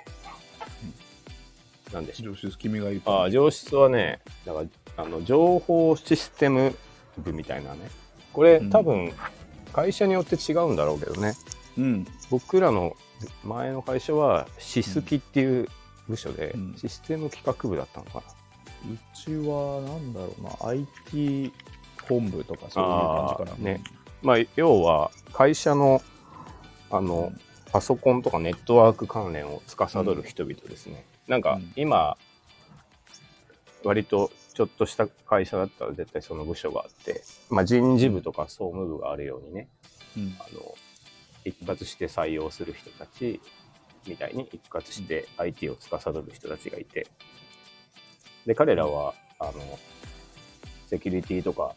B: 何でしょう
A: 上司数君が言うと
B: ああ、上質はね、だから、あの、情報システム部みたいなね。これ、
A: うん
B: 多分、会社によって違うんだろうけどね。
A: うん
B: 僕らの前の会社は、シスキっていう部署で、
A: うん
B: システム企画部だったのかな。
A: うちはなんだろうな IT 本部とかそういう感じか
B: あ
A: な
B: ーねまあ、要は、会社の、あの、パソコンとかネットワーク関連を司る人々ですね。なん
A: う
B: か
A: ん、
B: 今、割とちょっとした会社だったら絶対その部署があって、まあ、人事部とか総務部があるようにね、
A: うん
B: あの一括して採用する人たちみたいに一括して IT を司る人たちがいてで彼らはあのセキュリティとか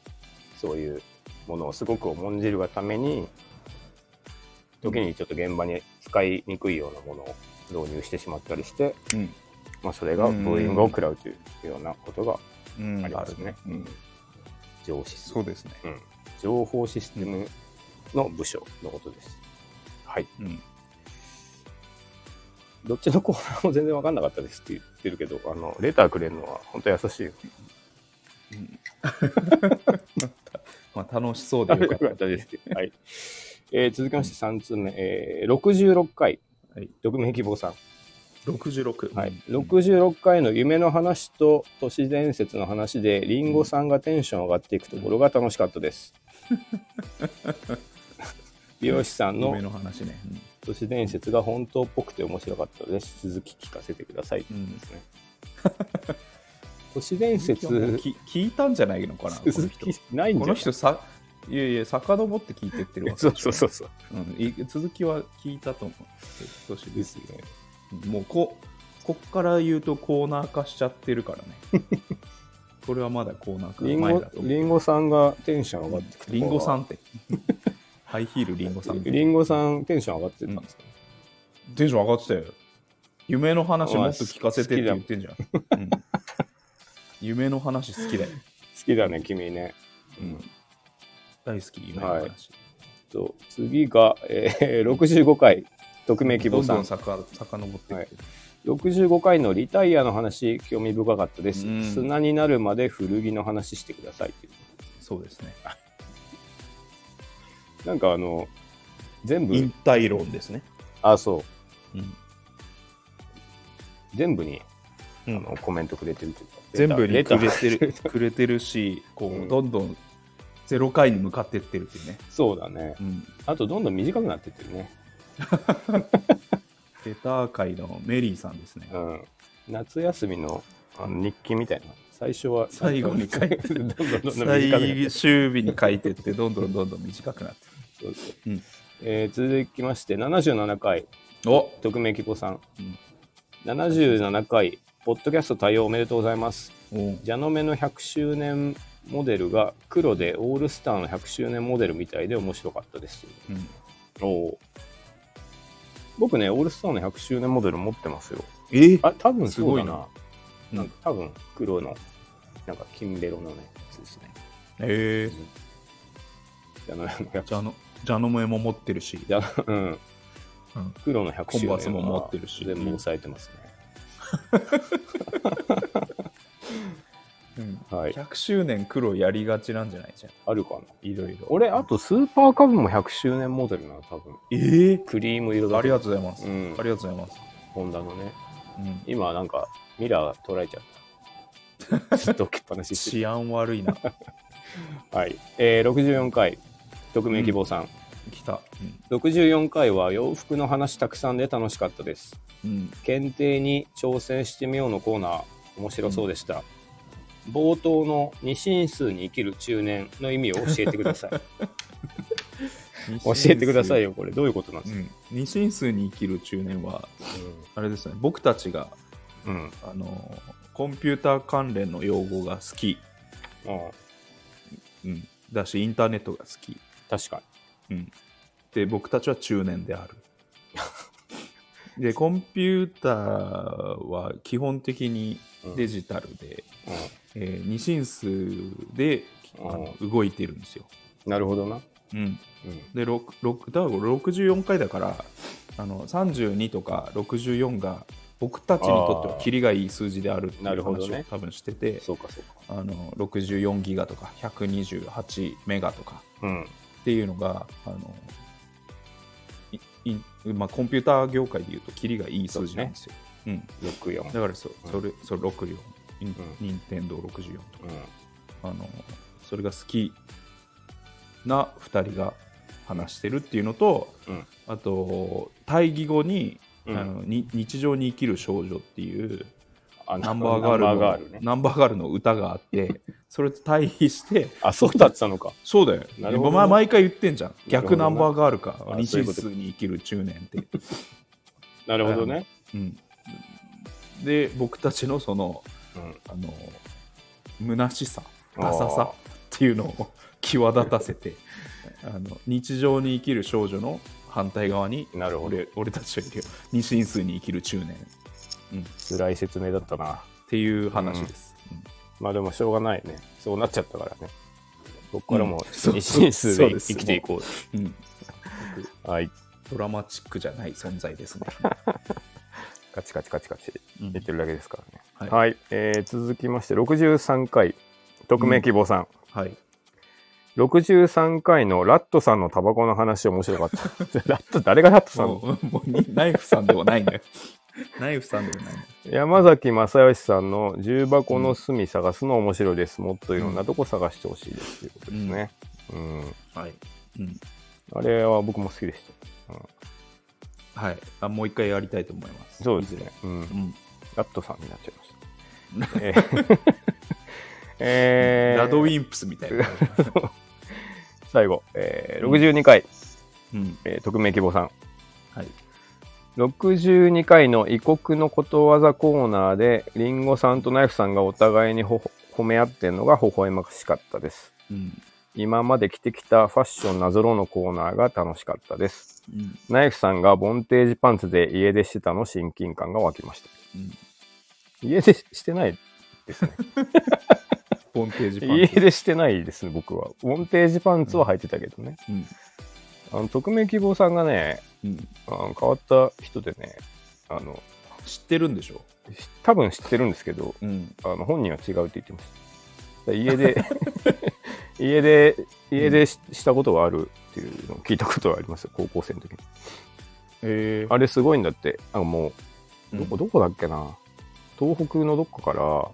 B: そういうものをすごく重んじるがために時にちょっと現場に使いにくいようなものを導入してしまったりして、
A: うん。
B: まあ、それがブーイングを食らうというようなことが
A: うん
B: ありますね。
A: あるうん
B: 情システ
A: そ
B: ム
A: うですね。
B: うん、情報システムの部署のことです。はい。
A: うん。
B: どっちのコーナーも全然分かんなかったですって言ってるけど、あの、レターくれるのは本当優しいよ。
A: まあ、楽しそうでよかった。
B: よです。はい。えー続きまして3通目、えー、66回、
A: はい
B: 匿名希望さん。
A: 66。
B: はい、
A: うん
B: 66回の夢の話と都市伝説の話でリンゴさんがテンション上がっていくところが楽しかっ
A: (laughs)
B: たです。美容師さんの
A: 夢の話ね。うん
B: 都市伝説が本当っぽくて面白かったです。続き聞かせてください。
A: うん
B: ですね都市伝説
A: き聞いたんじゃないのかな、
B: (laughs)
A: この
B: 続
A: 人。
B: きないん
A: こ
B: じ
A: の
B: ゃない。
A: 人さ、いやいや、遡って聞いてってるわ
B: (laughs) そうそうそうそう
A: うんい続きは聞いたと思う。年で
B: ですね。
A: もうこ、こっから言うとコーナー化しちゃってるから
B: (laughs)
A: ね。これはまだコーナー化
B: リ
A: の
B: ン
A: 前
B: ゴ
A: だと思う。
B: リンゴさんがテンション上がっていくところ
A: リンゴさ
B: ん
A: んって。ハイヒールリンゴさん。
B: リンゴさんテンション上がってたんですか、
A: テンション上がってたよ。夢の話もっと聞かせてって言ってんじゃん。うん夢の話好きだよ。
B: 好きだね君ね。うん
A: 大好き、夢の話。
B: はいと次が、えー65回 (laughs) 匿名希
A: ど
B: 望
A: ん
B: さ
A: ど
B: ん
A: んさか遡ってって、
B: 65回のリタイアの話興味深かったです
A: うん
B: 砂になるまで古着の話してくださいってい
A: そうですね。
B: うなんかあの全部
A: 引退論ですね。
B: あそう
A: うん
B: 全部に
A: う
B: あ
A: ん
B: のコメントくれてるというか
A: 全部
B: レ
A: に
B: タ
A: く
B: ー (laughs)
A: れてるくれてるし、こ
B: う
A: う、
B: ん
A: どんどんゼロ回に向かってってるっていうね。
B: そうだね
A: うん。
B: あとどんどん短くなってってるね、
A: レター界のメリーさんですね
B: う。ん、夏休みのあの日記みたいな最初は
A: 最後に書いて
B: (laughs) どんどんどんどん短くなってって
A: 最終日に書いてって、どんどんどんどん短くなって
B: そうそう
A: うん
B: えー続きまして77回
A: る。お
B: 匿名希望さん、
A: うん
B: 77回ポッドキャスト対応おめでとうございます
A: おう
B: ジャノメの100周年モデルが黒でオールスターの100周年モデルみたいで面白かったです
A: うん
B: 僕ねオールスターの100周年モデル持ってますよ
A: え
B: あ多分そうだ
A: すごい
B: な
A: な
B: なんか多分黒のなんか金ベロのねやつですね
A: えー、
B: ジャノメの100
A: じゃあの、じゃのもえも持ってるし、
B: ジャノうん
A: うん
B: 黒の100
A: コン
B: 周年
A: バ
B: は
A: ースも持ってるし
B: 全部抑えてますね、はい
A: 100周年黒やりがちなんじゃないじゃん。
B: あるかない
A: ろいろ。
B: 俺あとスーパーカブも100周年モデルなの多分
A: えー、
B: クリーム色だ
A: ありが
B: と
A: とうございます。
B: うん
A: ありがとうございます。
B: ホンダのね
A: うん、
B: 今なんかミラーが捉えちゃ
A: (laughs)
B: ったずっと置きっぱなしして
A: 治安悪いな。
B: はい、えー、64回匿名希望さん、
A: 来た。うん
B: 64回は洋服の話たくさんで楽しかったです
A: うん、
B: 検定に挑戦してみようのコーナー面白そうでした、冒頭の「二進数に生きる中年」の意味 (laughs) を教えてください教えてくださいよこれどういうことなん
A: う
B: ですか、
A: ん、二進数に生きる中年はあれですね僕たちが
B: うんうん
A: あのコンピューター関連の用語が好き、
B: ああ
A: うん、だしインターネットが好き、
B: 確か
A: うん、で僕たちは中年であるでコンピューターは基本的にデジタルで、
B: に、うん
A: えー二進数であの動いてるんですよ、
B: なるほどな。
A: うん、
B: うん。
A: で六六だから64回だからあの32とか64が僕たちにとってはキリがいい数字であるって
B: ないる
A: う
B: ほど
A: 話
B: ね
A: を多分してて、
B: そうかそうか。
A: あの64ギガとか128メガとか
B: うん。
A: っていうのがあのいいまあ、コンピューター業界でいうとキリがいい数字なんですよ。
B: 六四。
A: うん、だからそそれそれ64、任
B: う
A: 任天堂64とか
B: うん。
A: あのそれが好きな2人が話してるっていうのと
B: うん。
A: あと対義語に,、
B: うん
A: あのに日常に生きる少女っていう
B: あ
A: ナンバーガール
B: ナ
A: の
B: ンバーガールね。
A: ナンバーガールの歌があって
B: (laughs)
A: それと対比して
B: あ、そうだったのか。
A: そうだよ、
B: なるほどね
A: お前毎回言ってんじゃん
B: なるほ
A: 逆
B: どな
A: ナンバーガールか
B: あ
A: 日
B: そういうこと
A: 数に生きる中年って、
B: なるほどね。
A: うん、で僕たちのその
B: うん。
A: あの虚しさ
B: あー
A: ダサさっていうのを際立たせてあの日常に生きる少女の反対側に
B: なるほど
A: 俺俺たちはいるよ二進数に生きる中年っ
B: 辛い説明だったな
A: ていう話です、うん
B: まあでもしょうがないねそうなっちゃったからねここからも
A: うんそう
B: 一進数
A: そう
B: で
A: です
B: 生きていこ
A: うん
B: うはい
A: ドラマチックじゃない存在ですね、
B: カチカチカチカチ
A: うん
B: 言ってるだけですからね
A: は
B: はい、えー続きまして63回匿名希望さん、
A: はい
B: 63回のラットさんのタバコの話面白かった (laughs) ラット誰がラットさんの
A: もうもうにナイフさんではないんだよナイフさんではないんだよ
B: 山崎正義さんの重箱の隅探すの面白いです。もっといろんなとこ探してほしいです。ということですね。うん。
A: はい、うん
B: あれは僕も好きでした。うん、
A: はい、あもう一回やりたいと思います
B: そうです
A: いずれ
B: ね。うん
A: う。ん
B: ラットさんになっちゃいました。え (laughs) ーえー
A: ラドウィンプスみたいな。
B: 最後、えー、62回、
A: うん。
B: えー匿名希望さん。
A: はい。
B: 62回の異国のことわざコーナーで、リンゴさんとナイフさんがお互いにほほ褒め合ってんのが微笑ましかったです。
A: うん。
B: 今まで着てきたファッションなぞろのコーナーが楽しかったです。
A: うん。
B: ナイフさんがボンテージパンツで家出してたの親近感が湧きました。
A: うん
B: 家出してないですね。
A: ボンテージパン
B: 家
A: ツ。
B: 出してないですね、僕は。ボンテージパンツは履いてたけどね。
A: うん。
B: あの、匿名希望さんがね、
A: うん。
B: あの変わった人でね、あの、
A: 知ってるんでしょ
B: し多分知ってるんですけど、
A: うん。
B: あの本人は違うって言ってました。
A: (laughs)
B: 家で、家で、家出ししたことがあるっていうのを聞いたことはありますよ、高校生の時に。
A: え
B: あれすごいんだって。なんかもう、
A: ー、
B: どこ、どこだっけな。東北のどっかから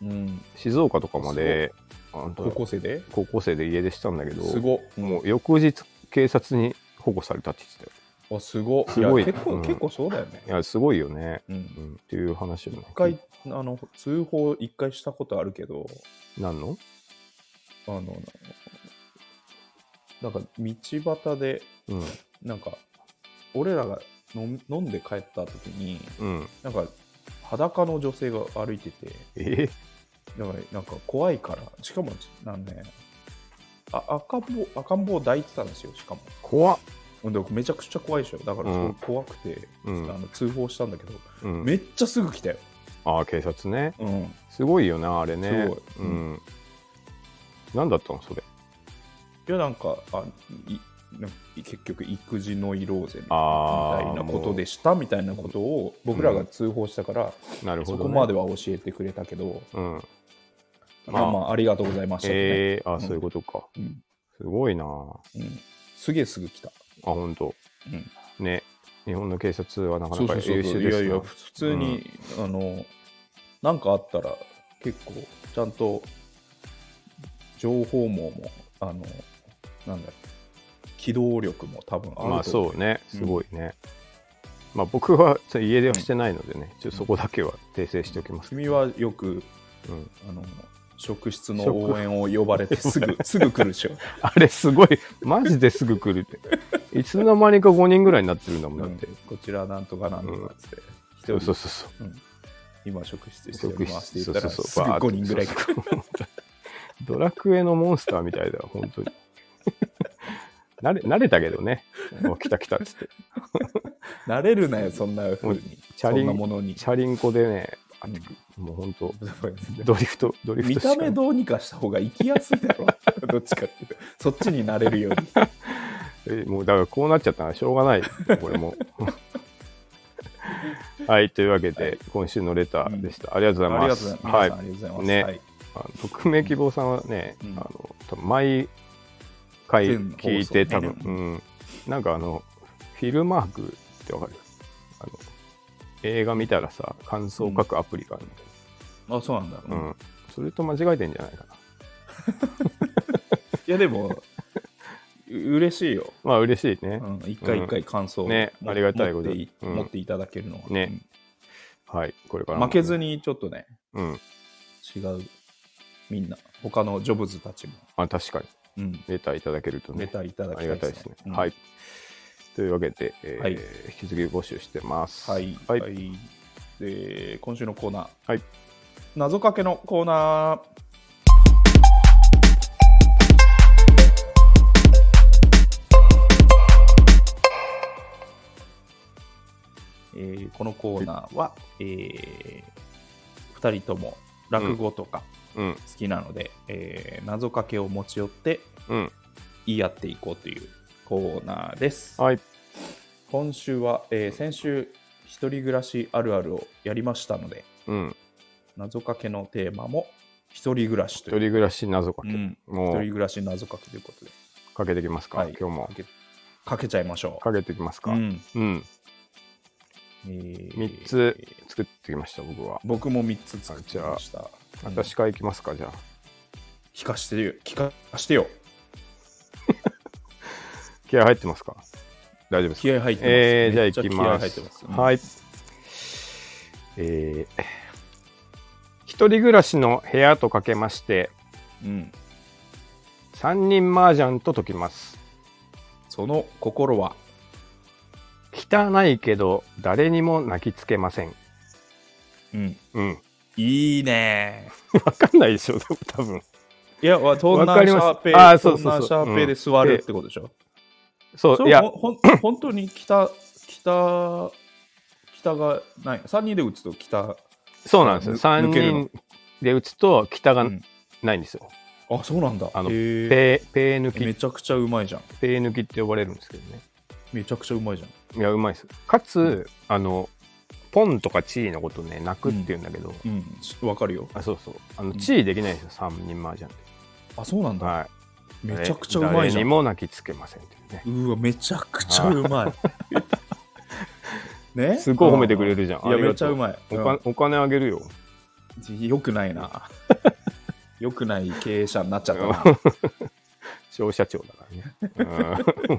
A: うん。
B: 静岡とかまで、あの
A: 高校生で
B: 高校生で家出したんだけど、
A: すご。
B: もう翌日警察に保護されたって言ってたよ。
A: あ、すご。
B: すごい
A: や結構、
B: うん
A: 結構そうだよね
B: い。や、すごいよね。
A: う。
B: うんん、っていう話をね
A: 一回、あの、通報一回したことあるけど、
B: なんの
A: あの、なんか、道端で、
B: うん。
A: なんか、俺らが飲ん飲んで帰った時に、
B: うん。
A: なんか、裸の女性が歩いてて、
B: えー
A: だからなんか怖いから、しかも、なんね、あ赤ん坊赤ん坊抱いてたんですよ、しかも。
B: 怖っ。
A: ほんでめちゃくちゃ怖いでしょ、だから
B: うん
A: すごい怖くて、
B: うん
A: あの通報したんだけど、
B: うん、
A: めっちゃすぐ来たよ。
B: ああ、警察ね。
A: うん、
B: すごいよな、あれね。
A: すごい
B: うん。なんだったの、それ。
A: いや、なんか、あいなんか結局、育児の色ぜみた
B: ああ。
A: いなことでしたみたいなことを僕らが通報したから、
B: もうなるほど、
A: そ
B: ね。
A: こまでは教えてくれたけど、
B: うん。
A: まあ、まあ、ありがとうございました、ね
B: えー、あ
A: ん
B: そういうことか。
A: うん
B: すごいなあ、
A: うん。すげえすぐ来た。
B: ほんと。
A: うん
B: ね、日本の警察はなか
A: そ
B: な
A: うそう
B: か
A: そう
B: 優秀
A: い
B: です
A: や
B: よ
A: いや普通に、あのなんかあったら結構ちゃんと情報網もあのなんだろう機動力も多分あると
B: まあそうね、すごいね。まあ僕はそれ家出はしてないのでね、ちょっとそこだけは訂正しておきます。
A: 君はよく
B: うん
A: あの職質の
B: 職
A: 応援を呼ばれてす (laughs) ぐすぐ来るでしょ、
B: あれすごい、マジですぐ来るって。いつの間にか5人ぐらいになってるんだもんだって。
A: こちらなんとかなんとかっつって、一
B: そう
A: 人
B: そうそうそう。
A: うん今職質してお
B: 職
A: り
B: 質
A: ますって言ったら
B: そう
A: す
B: そう
A: ぐ
B: そうバーッ
A: 5人ぐらい来
B: そう
A: る
B: そうドラクエのモンスターみたいだよ、本当に。 (laughs) 慣れ慣れたけどね、もう来た来たっつって。
A: (laughs) 慣れるなよそんなふうに
B: チャリン
A: そんなものに
B: チャリンコでね、
A: うん
B: もう本当、
A: そうですね
B: ドリフト、ドリフ
A: 見
B: トしか
A: た目どうにかした方が行きやすいだろ (laughs) どっちかっていうとそっちになれるように
B: えもうだからこうなっちゃったらしょうがない、これも。
A: (laughs)
B: はい、というわけで、今週のレターでした。ありがとうござい
A: (laughs) ありが
B: ま
A: とう
B: す。
A: ございます、
B: は
A: 皆
B: い
A: さんありがとうございます、
B: ね
A: はい、
B: あの匿名希望さんはね、
A: うん
B: あの多分毎回
A: 全放送
B: 聞いて、多分、
A: う
B: うん、なんかあの、フィルマークってわかるあの映画見たらさ、感想を書くアプリがあるんだけど
A: あそうなんだ、
B: う
A: い
B: ん、それと間違えてんじゃないかな。
A: やでもう嬉しいよ、
B: まあ嬉しいね
A: う。ん、一回一回感想を、
B: うんね
A: も
B: ありがたいこと
A: 持ってい
B: うん
A: 持っていただけるのは、
B: ねはい、これか
A: う
B: ら
A: ん
B: も
A: 負けずにちょっとね
B: うん。
A: 違うみんな他のジョブズたちも、
B: まあ確かに、
A: うん、
B: レターいただけると
A: レ
B: ね、
A: ターいただき
B: あ
A: たい
B: りが
A: です
B: た
A: ね
B: いですね。
A: うん
B: はい。というわけで、えー
A: はい
B: 引き続き募集してます。
A: はい、
B: はい。
A: で今週のコーナー、
B: はい
A: 謎かけのコーナーえーこのコーナーは、え2人とも落語とか
B: うん
A: 好きなので、えー謎かけを持ち寄って
B: うん
A: 言い合っていこうというコーナーです。
B: はい
A: 今週は、えー先週、一人暮らしあるあるをやりましたので、
B: うん
A: 謎かけのテーマも一人暮らし
B: 一
A: と
B: 人
A: いう。
B: 暮らし謎かけ、
A: うん一
B: も
A: 人
B: う
A: 暮らし謎かけということで、
B: かけてきますか、
A: はい
B: 今日も
A: かけかけちゃいましょう。
B: かけてきますか、
A: う
B: うん
A: ん
B: 三
A: えー
B: 3つ作ってきました僕は、
A: 僕も3つ作っちゃいました。うん
B: 私からいきますかじゃあ
A: 聞かしてよ。聞かしてよ。
B: 気合入ってますか大丈夫ですか
A: 気合入ってます。
B: えー、じゃあ
A: めっち
B: 行きま
A: 気合入っ
B: す。
A: てます。。
B: はいい。えー、一人暮らしの部屋とかけまして、
A: うん。
B: 三人麻雀と解きます。
A: その心は、
B: 汚いけど、誰にも泣きつけません。
A: うん。
B: うん。
A: いいね
B: わかんないでしょ、多分。
A: いや、わ東
B: わか
A: 南
B: り
A: シャ
B: ます
A: ーペ
B: あ
A: イ、
B: ーそう
A: 東
B: そうそう
A: 南シャーペイで座るってことでしょ。
B: そ、
A: そうれ
B: いや、
A: ほほん (coughs) 本当に北、北、北がない。3人で打つと北。
B: そうなんですよ。
A: ぬ
B: 三
A: 抜けるの
B: 人で打つと、北が
A: うん
B: ないんですよ。
A: あ、そうなんだ。
B: あの
A: へー
B: ペー、ペー抜
A: め
B: き、
A: ちゃくちゃうまいじゃん。
B: ペー抜きって呼ばれるんですけどね。
A: めちゃくちゃうまいじゃん。
B: いや、うまいです。かつ、あの、ポンとかチーのことね、泣くって言うんだけど、
A: うん、しわかるよ。
B: あそうそうあの
A: ん
B: 地位できないんですよ、三人麻雀って
A: あ、そうなんだ。
B: はい
A: めちゃくちゃうまい
B: 誰
A: じゃ
B: に
A: ん。
B: も泣きつけませんっていうね
A: うわ、めちゃくちゃうま (laughs) い。ね
B: すごい褒めてくれるじゃん
A: いや、
B: あり
A: め
B: が
A: っちゃ
B: と
A: うまい。
B: お金お金あげるよ
A: うんよくないな。よくない経営者になっちゃったな。
B: 小社長だからね、うん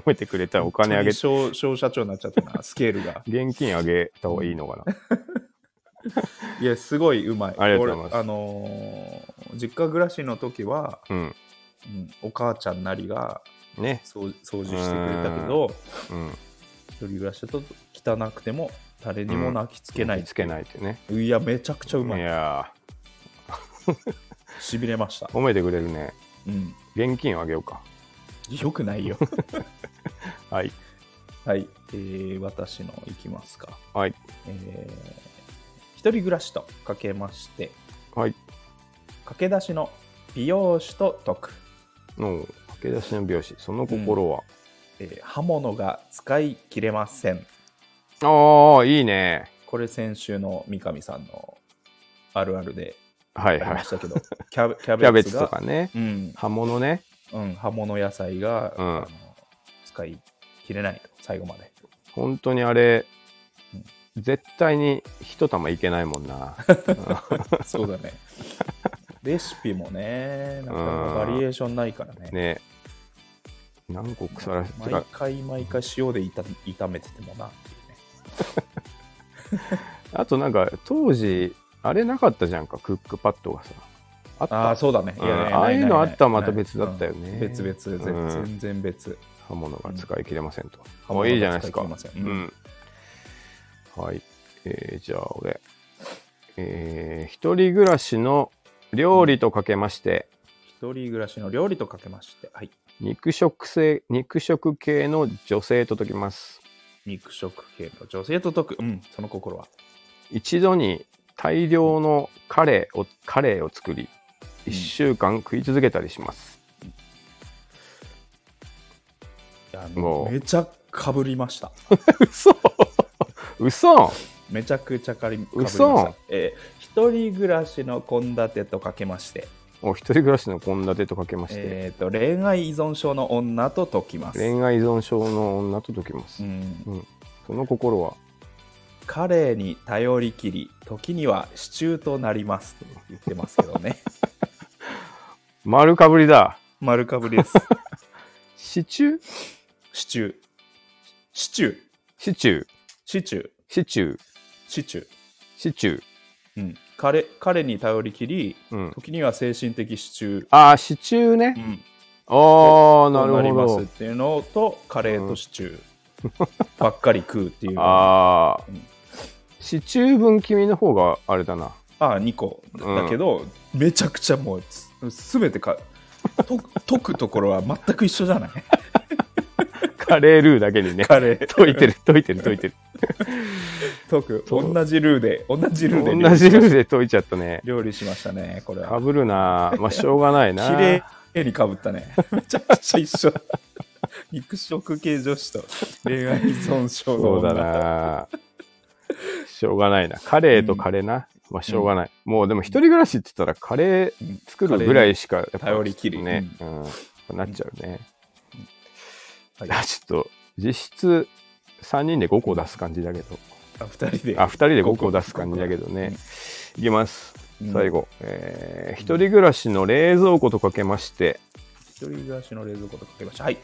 B: 褒めてくれた (laughs) らお金あげ
A: 本当に小小社長になっちゃったな、スケールが。
B: 現金あげた方がいいのかない
A: や、すごいうまい。
B: ありがとうございます
A: 俺あのー実家暮らしの時は、
B: うん
A: うんお母ちゃんなりが
B: ね
A: 掃掃除してくれたけど、
B: うん
A: 一人暮らしだと汚くても、誰にも泣きつけない。
B: 泣きつけないってね
A: いや、めちゃくちゃうま
B: い
A: い。
B: や
A: しびれました
B: ー。褒めてくれるね
A: うん。
B: 現金あげようか
A: よく
B: (laughs)
A: ないよ。
B: はい
A: はい、えー私のいきますか。
B: はい
A: えー一人暮らしとかけまして、
B: はい
A: 駆け出しの美容師と解く、
B: の駆け出しの美容師その心は、
A: えー刃物が使い切れません。
B: ああいいね
A: これ先週の三上さんのあるあるで
B: は
A: あ
B: い
A: り
B: は
A: ま
B: い
A: したけど、キャキ
B: キャ
A: ャベ
B: ベ
A: ツ
B: ツ
A: が
B: とかね
A: うん
B: 刃物ね
A: うん、刃物野菜が、
B: うん
A: あの使い切れないと、最後ま
B: (laughs)
A: で。
B: 本当にあれ
A: うん、
B: 絶対に一玉いけないもん (laughs) な。
A: そうだね。レシピもね、なかなかバリエーションないからね。
B: ね何個腐らせて
A: 毎
B: か、
A: 回毎回塩で炒炒めててもなっていうね
B: あとなんか当時、あれなかったじゃんか、クックパッドがさ。あっ
A: あ
B: た
A: あそうだねいや
B: うん
A: ね
B: ああ
A: ない
B: いう
A: ない
B: のあ
A: ない
B: ったらまた別だったよね
A: ない別々ぜ
B: うん
A: 全然別
B: 刃物が使い切れませんと。
A: うん
B: もういいじゃないですか。
A: 刃物が使い切れません
B: うんはい。えーじゃあ俺、えー一人暮らしの料理とかけまして、
A: 一人暮らしの料理とかけましてはい
B: 肉食性、肉食系の女性と解きます。
A: 肉食系の女性と解くうんその心は
B: 一度に大量のカレーをカレーを作り
A: うん
B: 1週間食い続けたり
A: (laughs)
B: します、
A: いや
B: もう
A: めちゃかぶりました
B: 嘘嘘
A: めちゃくちゃかりかぶりました
B: 嘘
A: えー一人暮らしの献立とかけまして
B: お一人暮らしの献立とかけまして、
A: えっと恋愛依存症の女と解きます
B: 恋愛依存症の女と解きます、
A: うん
B: その心は
A: カレーに頼りきり時には支柱となりますと言ってますけど
B: (laughs)
A: ね
B: 丸かぶりだ
A: 丸かぶりです
B: シチュー
A: 支柱支柱
B: シチュー
A: 支柱
B: シチュー
A: 支柱
B: シチュー
A: うん彼彼に頼りきり
B: うん
A: 時には精神的支柱
B: ああシチューね、
A: うん
B: ああ
A: と
B: な
A: なり
B: るほ
A: ますっ
B: ど
A: ていうのとカレーと支柱
B: (laughs)
A: ばっかり食うっていうあ
B: ああ、
A: うん
B: シチュー分君の方があれだな
A: あ2個
B: うん
A: だけど、めちゃくちゃもうす全てかと (laughs) 解くところは全く一緒じゃない
B: カレールーだけにね
A: カレー
B: (laughs) 解いてる解いてる解いてる
A: トク、
B: そう
A: 同じルーで、同じルーで料理
B: (laughs) 同じルールで解いちゃったね。
A: 料理しましたね、これ
B: か
A: は。
B: ぶるなまあ、しょうがない (laughs) な
A: 綺麗にかぶったね。 (laughs) めちゃくちゃ一緒。肉食系女子と恋愛依存症の
B: そう
A: 女
B: だなしょうがないな。カレーとカレーな。まあ、しょうがない。もう、でも、一人暮らしって言ったら、カレー作るぐらいしか、やっぱ
A: 頼りきり
B: ね。うん。なっちゃうね。
A: はい
B: いやちょっと、実質、3人で5個出す感じだけど。
A: あ二人で。
B: あ、2人で5個出す感じだけどね。いきます
A: うん。
B: 最後。えー一人暮らしの冷蔵庫とかけまして、
A: 一人暮らしの冷蔵庫とかけました。はい。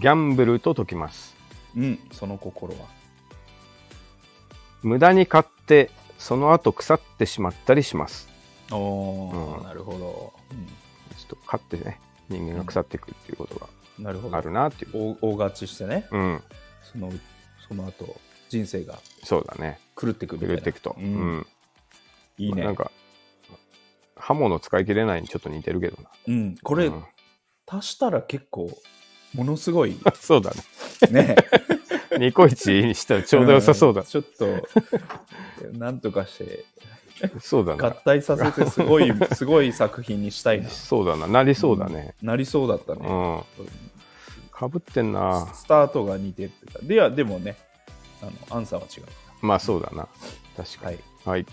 B: ギャンブルと解きます。
A: うん、その心は。
B: 無駄に買って、その後腐ってしまったりします。
A: おー、
B: うん
A: なるほど、
B: ちょっと買ってね、人間が腐っていくっていうことが
A: うんなるほ
B: あ
A: ど。
B: るなっていう。
A: 大大勝ちしてね、
B: うん、
A: そのその後人生が
B: そうだね。
A: 狂ってくみたい
B: 狂
A: な。
B: っていくと。
A: う
B: うんん。
A: いいね。
B: なんか、刃物使い切れないにちょっと似てるけどな。
A: うん、これ、
B: うん (laughs)
A: 足したら結構、ものすごい
B: そうだね。
A: ね。
B: ニコイチにしたら (laughs) ちょうど良さそうだ
A: ん。ちょっと、なんとかして、
B: そうだ
A: 合
B: な。
A: 体させて、すごい、すごい作品にしたいな。
B: そうだな。なりそうだね。
A: なりそうだった
B: う
A: ね。
B: ん。かぶってんな。
A: スタートが似てるっていうか。では、でもね、あのアンサーは違う。
B: まあそうだな。確か
A: は
B: に
A: い。。
B: はい。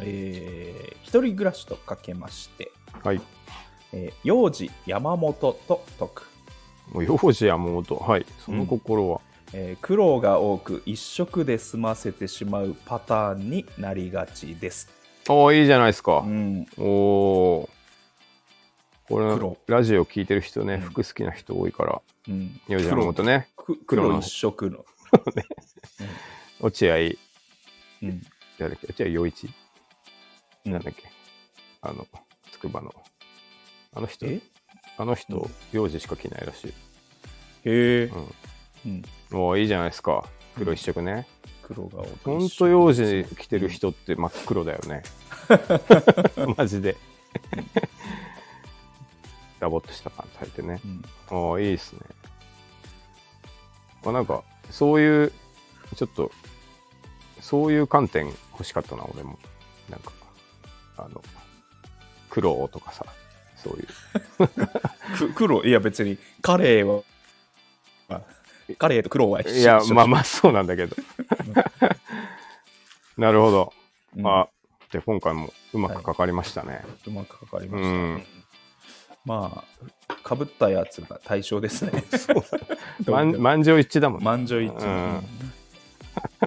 A: えー一人暮らしとかけまして、
B: はい。
A: えー幼児山本と解く、
B: もう、幼児山本。はい。その心は。
A: えー苦労が多く一食で済ませてしまうパターンになりがちです。
B: おーいいじゃないですか
A: う。ん、
B: おおー。こ
A: 黒
B: れ、ラジオ聞いてる人ね、
A: ん
B: 服好きな人多いから、
A: うん、
B: 幼児山本ね、
A: 黒く
B: 黒
A: 黒
B: の
A: 一色の、
B: 落合、
A: うん、
B: 誰だっけ、落合陽一、
A: うん
B: なんだっけ、あの、つくばの、あの人、
A: え
B: あの
A: う
B: 人、幼児しか着ないらしい。
A: へえ、うん、
B: おおいいじゃないですか。黒一色ね。
A: 黒が多く
B: ほん
A: 一
B: と
A: 色
B: 幼児着てる人って真っ黒だよ
A: (laughs)
B: ね。マジで。ダボっとしたパンツ履いてね。
A: うん
B: ああ、いいですね。あなんか、そういう、ちょっと、そういう観点欲しかったな、俺も。なんか、あの、苦労とかさ、そういう。
A: く黒いや別にカレーはあカレーと黒は一緒
B: い
A: (laughs)
B: や、まあ
A: あ、
B: まあ、そうなん
A: (laughs)
B: だけど。 (laughs) なるほど。
A: うん
B: あ、で、今回もうまくかかりましたね。
A: うまくかかりま
B: う
A: した、
B: ん。
A: まあかぶったやつが対象
B: (laughs)
A: ですね
B: 満満場一致だもん、ね、
A: 満場一致、
B: うん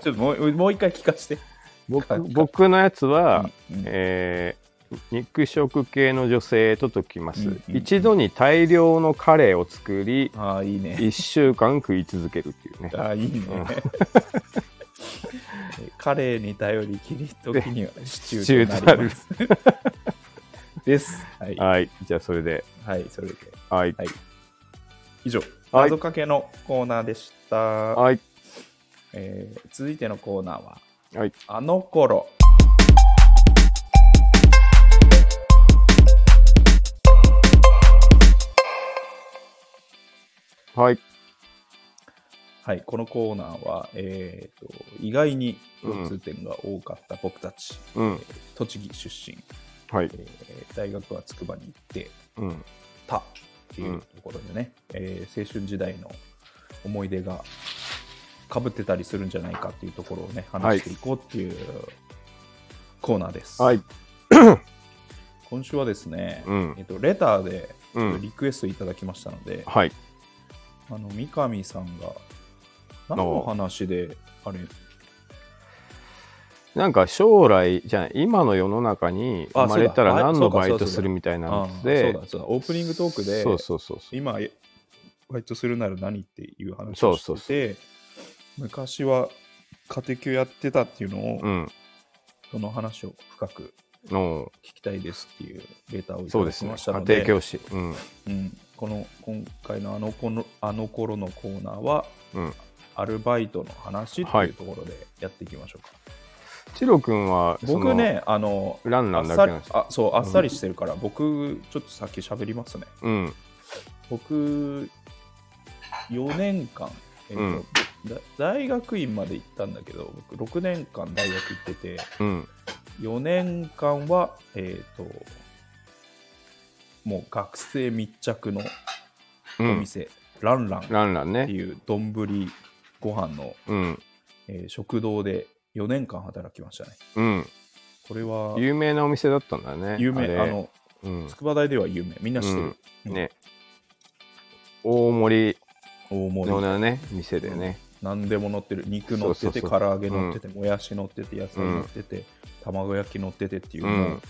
A: ちょっともうもう一回聞かせて、
B: 僕僕のやつは、
A: うんうん
B: えー肉食系の女性と解きます、
A: うんうん
B: 一度に大量のカレーを作り
A: ああいいね
B: 1週間食い続けるっていうね
A: ああいいね、 (laughs)
B: ん
A: カレーに頼りきり時にはシチュ
B: シチ
A: ー
B: ュー
A: とな
B: とな
A: りま
B: る
A: すですはい、
B: はいじゃあそれで
A: はい、それで
B: はい
A: はい以上
B: はい
A: 謎かけのコーナーでした、
B: はい
A: えー続いてのコーナーは
B: はい
A: あの頃
B: はい
A: はい、このコーナーは、えー、と意外に共通点が多かった僕たち、
B: うん
A: 栃木出身、
B: はい
A: えー大学は筑波に行って
B: うん
A: たっていうところでね、えー青春時代の思い出がかぶってたりするんじゃないかっていうところをね話していこうっていうコーナーです、
B: はい
A: 今週はですね、
B: うん
A: えー、とレターでちょっ
B: う
A: と
B: ん
A: リクエストいただきましたので、
B: はい
A: あの三上さんが何の話であれ
B: なんか将来じゃない今の世の中に
A: あ
B: 生まれたら
A: そうだ
B: 何の
A: あ
B: バ
A: そうだ
B: イトするみたいな
A: あ
B: の
A: ー
B: で
A: そうだそうだオープニングトークで
B: そうそうそうそう
A: 今バイトするなら何っていう話
B: そ
A: を
B: う
A: してて
B: そう
A: 昔は家庭教やってたっていうのを、
B: うん
A: その話を深く
B: の
A: 聞きたいですっていうデータをいた
B: そうで
A: だ
B: す
A: き
B: ね
A: ました
B: 家
A: の
B: 庭
A: で
B: 教師うん
A: うん、この今回のあのこのあの頃のコーナーは
B: うん
A: アルバイトの話って
B: はいいう
A: ところでやっていきましょうか、
B: チロ君はその
A: 僕ねあの
B: ランラ
A: あ
B: ン
A: っ
B: だ
A: さ
B: け
A: り
B: なんです
A: あそうあっさりしてるから、僕ちょっと先喋りますね
B: うん
A: 僕4年間、えーと
B: うん
A: だ大学院まで行ったんだけど僕6年間大学行ってて
B: うん。
A: 4年間はえっ、ともう学生密着の
B: う
A: お
B: ん。
A: 店、ランランっ
B: ランラン
A: て
B: ね。
A: いう丼ご飯の、
B: うん。
A: えー食堂で4年間働きましたね
B: うん。
A: これは
B: 有名なお店だったんだね。
A: 有名
B: れ
A: あ、の
B: うん。
A: 筑波大では有名みんな知ってる、
B: うんね。大盛
A: 大
B: り
A: 盛り
B: のね、店でね。
A: 何でも乗ってる肉乗ってて
B: そうそう
A: 唐
B: そう
A: 揚げ乗ってて、もやし乗ってて野菜乗ってて、卵焼き乗っててっていう、
B: うん
A: もう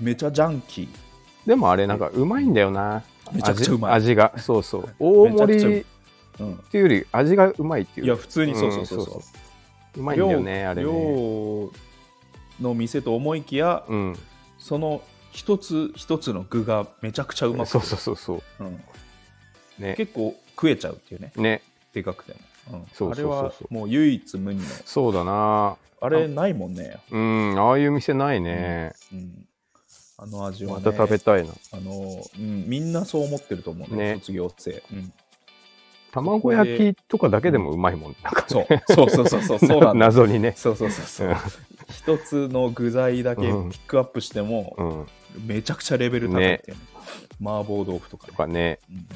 A: めちゃジャンキー
B: でもあれ、なんかうまいんだよな。
A: めちゃくちゃうまい
B: 味味が。そうそう。大盛りっ
A: うん、
B: ていうより、味がうまいっていう。
A: いや普通にそうそうそうそう,、
B: んうまいんだよね、あれね。
A: 量の店と思いきや、
B: うん。
A: その一つ一つの具がめちゃくちゃうまくて
B: そうそうそうそう。
A: うん
B: ね。
A: 結構食えちゃうっていうね
B: ね。
A: でかくても、うん
B: そうそうそうそう
A: あれはもう唯一無二の
B: そうだな。
A: あれないもんね、
B: うん、ああいう店ないね。
A: うん、あの味は
B: ま
A: ね
B: た食べたいな。
A: あの、うん、みんなそう思ってると思うね
B: ね
A: 卒業生、
B: (laughs)
A: うん、
B: 卵焼きとかだけでもうまいもん。なんか
A: そうそうそうそうそうそうなんだ
B: 謎にね。
A: そうそうそうそう一つの具材だけピ
B: うん
A: ックアップしても、
B: うん。
A: めちゃくちゃレベル高いっていうね麻婆豆腐とかね
B: とかね。
A: うん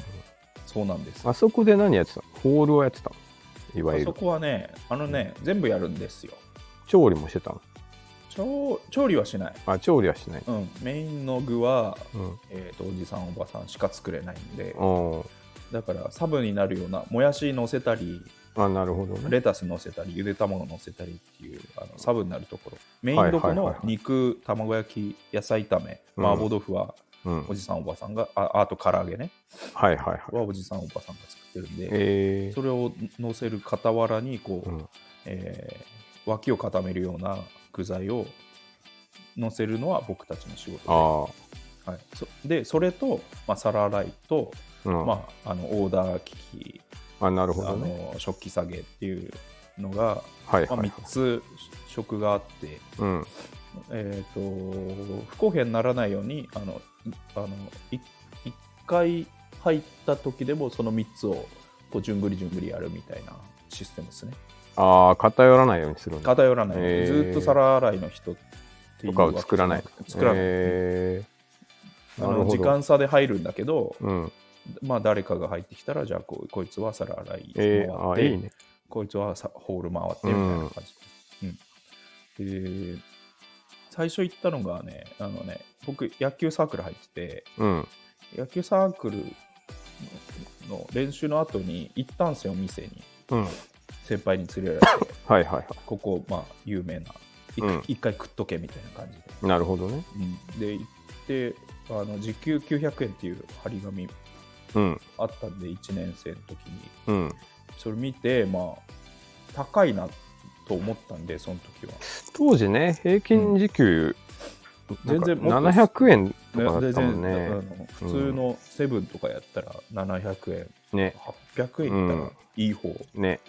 A: そうなんです。あ
B: あそこで何やってたのホールをやってたのいわゆ
A: そ
B: る。
A: こはね、あのね、全部やるんですよ。
B: 調理もしてたの
A: 調調理はしない。
B: あ、調理はしない。
A: うん、メインの具は、
B: うん。
A: えーとおじさん、おばさんしか作れないんで、
B: お
A: だからサブになるような、もやし乗せたり、
B: あ、なるほどね。
A: レタス乗せたり、ゆで卵乗せたりっていうあのサブになるところ。メインどこ
B: はいはいはい
A: の
B: はい
A: 肉、卵焼き、野菜炒め、
B: うん
A: 麻婆豆腐は
B: うん。は
A: お
B: い
A: じさん、おばさんが、ああと唐揚げね、
B: はいはい。
A: はおじさん、おばさんが作ってるんで、
B: えー
A: それを乗せる傍らにこう、
B: うん
A: えー脇を固めるような具材を乗せるのは僕たちの仕事で,、は
B: あ
A: い、そでそれと、まあ、皿洗いと、
B: あ。うん。
A: まあ、あのオーダー機器
B: あ、なる
A: あ
B: ほどね。
A: の食器下げっていうのが、
B: はいは
A: まあ、
B: いはい。
A: 3つ食があって、
B: うん。
A: えー、と不公平にならないようにあのいあの1回入った時でもその3つをこう順繰り順繰りやるみたいなシステムですね。
B: ああ、偏らないようにするんだ。
A: 偏らない、
B: へー
A: ずーっと皿洗いの人ってい
B: と
A: う
B: かを作らない。
A: 作らない、
B: えー
A: あ
B: なる
A: の
B: ほ
A: 時
B: ど。
A: 間差で入るんだけど、
B: うん。
A: まあ、誰かが入ってきたらじゃあここいつは皿洗い回って、
B: えー、あ、いいね。
A: こいつはさホール回ってみたいな感じ、うんで最初行ったのがねあのね僕野球サークル入って
B: うん。
A: て野球サークルのの練習の後に行ったんですよ店に
B: うん。はい
A: 先輩に連れられて
B: はいはい。
A: ここまあ有名な一
B: うん
A: 一回食っとけみたいな感じで
B: なるほどね。
A: で行ってあの時給900円っていう張り紙
B: うん。
A: あったんで1年生の時に
B: うん。
A: それ見てまあ高いなと思ったんでその時は
B: 当時ね、平均時給、
A: 全然もっと
B: 700円とかだ
A: ね
B: ったもん
A: 全然
B: ね。
A: あの普通のセブンとかやったら700円、
B: ね、
A: 800円いった
B: う
A: ら
B: ん
A: いい方、
B: ね、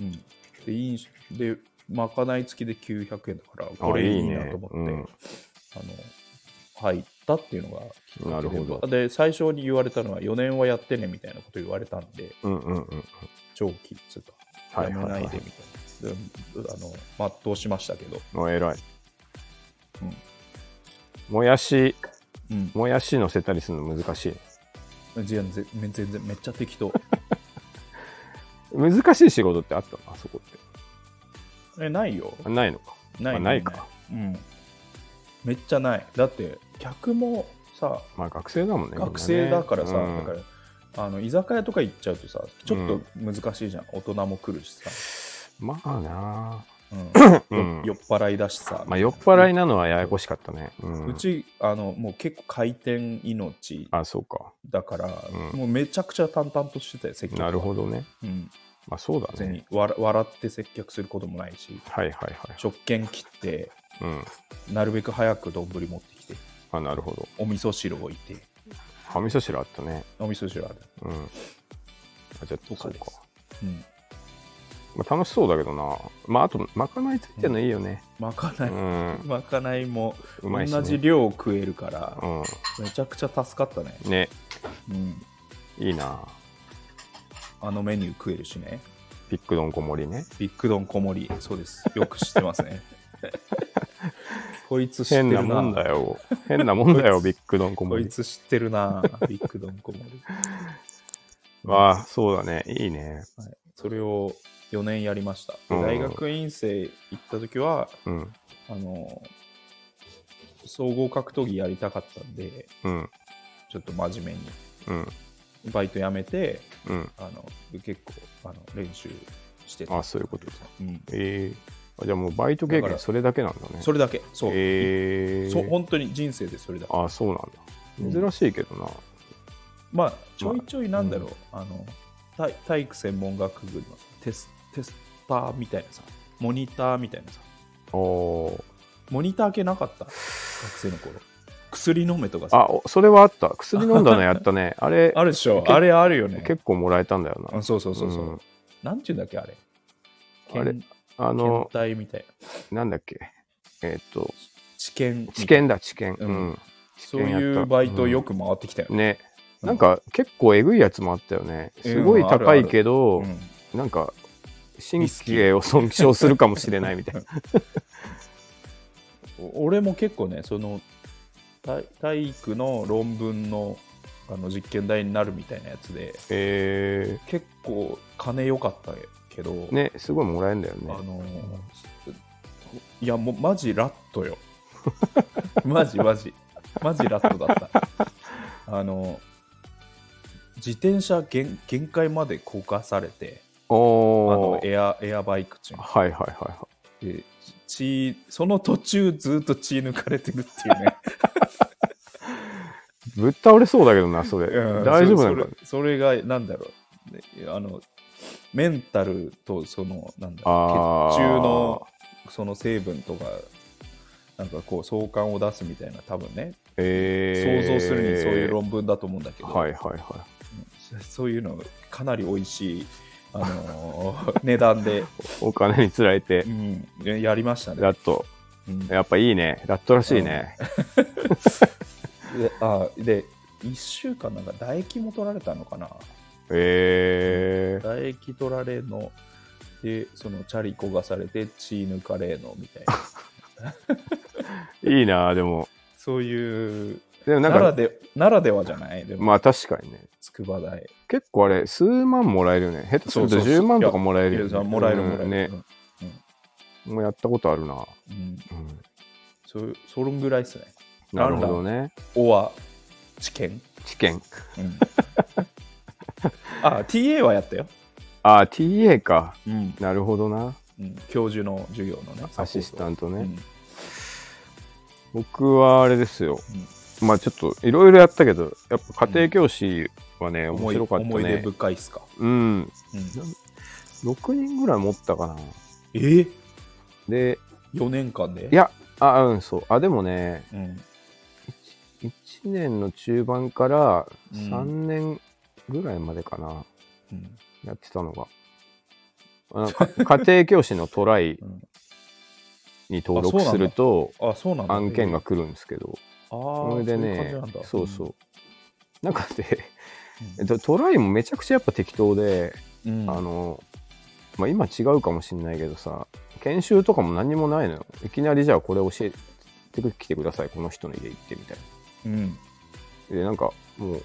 A: うんでいいしでまかない付きで900円だから
B: あ
A: これいい
B: いい
A: な
B: ね
A: と思って
B: うん
A: あの入ったっていうのがきっかけで
B: なるほど
A: で最初に言われたのは4年はやってねみたいなこと言われたんで
B: うんうんうん。
A: 長期っつうか
B: は
A: や
B: い
A: め
B: は
A: ないい
B: は
A: で
B: い
A: みたいな、であの全うしましたけど、。
B: もう偉い。
A: うん
B: もやし、
A: うん、
B: もやし乗せたりするの難しい。
A: 全然め全然めっちゃ適当
B: 難しい仕事ってあったのあそこって。
A: えないよ
B: あないのか。
A: ない
B: あないか。
A: うん、めっちゃないだって客もさ
B: まあ学生だもんね。みんなね
A: 学生だからさ、
B: うん
A: だからあの居酒屋とか行っちゃうとさちょっと難しいじゃん、大人も来るしさ、
B: まあな
A: うん
B: うん
A: 酔っ払いだしさ
B: あ、まあ酔っ払いなのはややこしかったね。う
A: うんんう。ちあのもう結構回転命
B: あ、そうか。
A: だから、
B: うん
A: もうめちゃくちゃ淡々としてたよ接客
B: なるほどね。
A: うん、
B: まあそうだ
A: 別
B: ね。
A: に笑笑って接客することもないし
B: はいはいはい。
A: 食券切って
B: うん。
A: なるべく早く丼持ってきて
B: あ、なるほど。
A: お味噌汁置いて
B: あ、味噌汁あったね。
A: お味噌汁ある、
B: うん。あ、じゃあ、
A: とか
B: そう
A: です
B: か。
A: うん、
B: まあ、楽しそうだけどな。まあ、あと、まかないついてるのいいよね。
A: まかな
B: う
A: い、
B: ん。
A: まかないも
B: うまいし、ね。
A: 同じ量を食えるから
B: う
A: めちゃくちゃ助かったね、
B: ん。ね、
A: うん、
B: いいな。
A: あのメニュー食えるしね
B: ピックドン小森ね。
A: ビッグドン小森、そうです。よく知ってます
B: (laughs)
A: ね。こいつ知って
B: 変
A: る
B: な
A: な。
B: もんだよ。変なもんだ
A: (laughs)
B: よ、
A: こ
B: ビ
A: い
B: ッグドン小
A: こい
B: 森。
A: つ知ってるな。ビッグドン小森。
B: ああ、そうだね。いいね。
A: それを4年やりました。
B: うん
A: で大学院生行った時は、
B: うん。
A: あの、総合格闘技やりたかったんで、
B: うん。
A: ちょっと真面目に。
B: うん。
A: バイト辞めて、
B: うん。
A: あの結構あの練習してた。
B: あそういうことですね。
A: うん、
B: ええあじゃあもうバイト
A: だ
B: 経
A: か
B: 験
A: ら
B: それだけなんだね。
A: それだけ。そう。
B: ええ
A: そう本当に人生でそれだけ。
B: あそうなんだ。珍しいけどな。
A: まあ、ちょいちょいなんだろう、あの体体育専門学部のテステスターみたいなさ、モニターみたいなさ、
B: おー
A: モニター系なかった、学生の頃薬飲めとかさ、
B: あ、おそれはあった。薬飲んだのやっ
A: (laughs)
B: たね。あれ
A: あ、るでしょ、
B: け
A: あれあるよね。
B: 結構もらえたんだよな
A: あ。そうそうそうそう、
B: うん
A: なんていうんだっけ、あれ。
B: あれ
A: 検
B: あの
A: 検、体みたいな。
B: なんだっけ。えーっと、
A: 治験。
B: 治験だ、治験。
A: う
B: うんん。
A: そういうバイトよく回ってきたよね。
B: ね。なんか結構えぐいやつもあったよね。すごい
A: うんあるあ
B: 高
A: る
B: いけど、
A: うん
B: なんか神経を損傷するかもしれないみたいな。
A: お俺も結構ねその体体育の論文のあの実験台になるみたいなやつで
B: (laughs) え
A: 結構金良かったけど、
B: ー、ね、すごいもらえんだよ
A: あ
B: ね。
A: のいやもうマジラットよ (laughs) マジマジマジラットだったあの自転車限限界までこかされてあ
B: お
A: の
B: ー
A: エアエアバイク中に
B: はいはいはいは
A: で血その途中ずっと血抜かれてるっていうね
B: い。ぶっ倒れそうだけどな、そ (laughs) れ。
A: うん
B: 大丈夫
A: そそ
B: なの
A: れ
B: かな
A: それがなんだろうねあのメンタルとそのなんだろ
B: あ
A: う
B: ー
A: 血中のその成分とかなんかこう相関を出すみたいな多分ね、
B: えー、
A: 想像するにそういう論文だと思うんだけど、
B: はいはいは
A: そういうのかなり美味しい、あのー (laughs) 値段で、
B: (laughs) い。お金につられて
A: う、ん、やりましたね。
B: ラット。
A: うん
B: やっぱいいね。ラットらしいね。
A: であで1週間なんか唾液も取られたのかな
B: えー、
A: 唾液取られのでそのチャリ焦がされて血抜かれのみた
B: (laughs)
A: いな
B: いいな、でも。
A: そういう
B: でもなん
A: なら
B: か、
A: でならではじゃないでも、
B: まあ確かにね。
A: 筑波大
B: 結構あれ、数万もらえるよね。下手すると
A: そうそうそう
B: 10万とかもらえるよ
A: い
B: ね。
A: やもらえるもらえる、
B: うんね。もうやったことある
A: う
B: な。
A: んうん
B: うん
A: そうそれぐらいですね
B: なるほどね。
A: おは知見、
B: 知見。 (laughs)
A: うん、あ TA はやったよ、
B: ああ、TA か。
A: うん
B: なるほどな。
A: うん、教授の授業のね
B: アシスタ
A: ン
B: ント
A: ト
B: ね。
A: うん
B: 僕はあれですよ。まあちょっといろいろやったけど、やっぱ家庭教師はね、
A: うん
B: 面白かった
A: 思い思い出
B: ね。
A: 深いっすか、
B: うん。
A: うん、
B: 6人ぐらい持ったかな。
A: えー、
B: で、
A: 4年間で
B: いや、あ、うん、そう。あ、でもね、
A: うん、
B: 1年の中盤から
A: うん
B: 3年ぐらいまでかな、
A: うん
B: やってたのが。あのか (laughs) 家庭教師のトライ
A: うん
B: に
A: あ
B: 登
A: そう
B: 録
A: なんだ
B: すると、
A: あそうなんだ
B: 案件が来るんですけど、
A: ああ
B: それでね
A: そういう感じなんだ
B: そうそう、なんかで、
A: う
B: え
A: ん
B: っと、トライもめちゃくちゃやっぱ適当で、
A: うん
B: あの、まあ、今違うかもしれないけどさ研修とかも何にもないのよいきなりじゃあこれ教えてきてくださいこの人の家行ってみたい
A: うん
B: なでなんかもう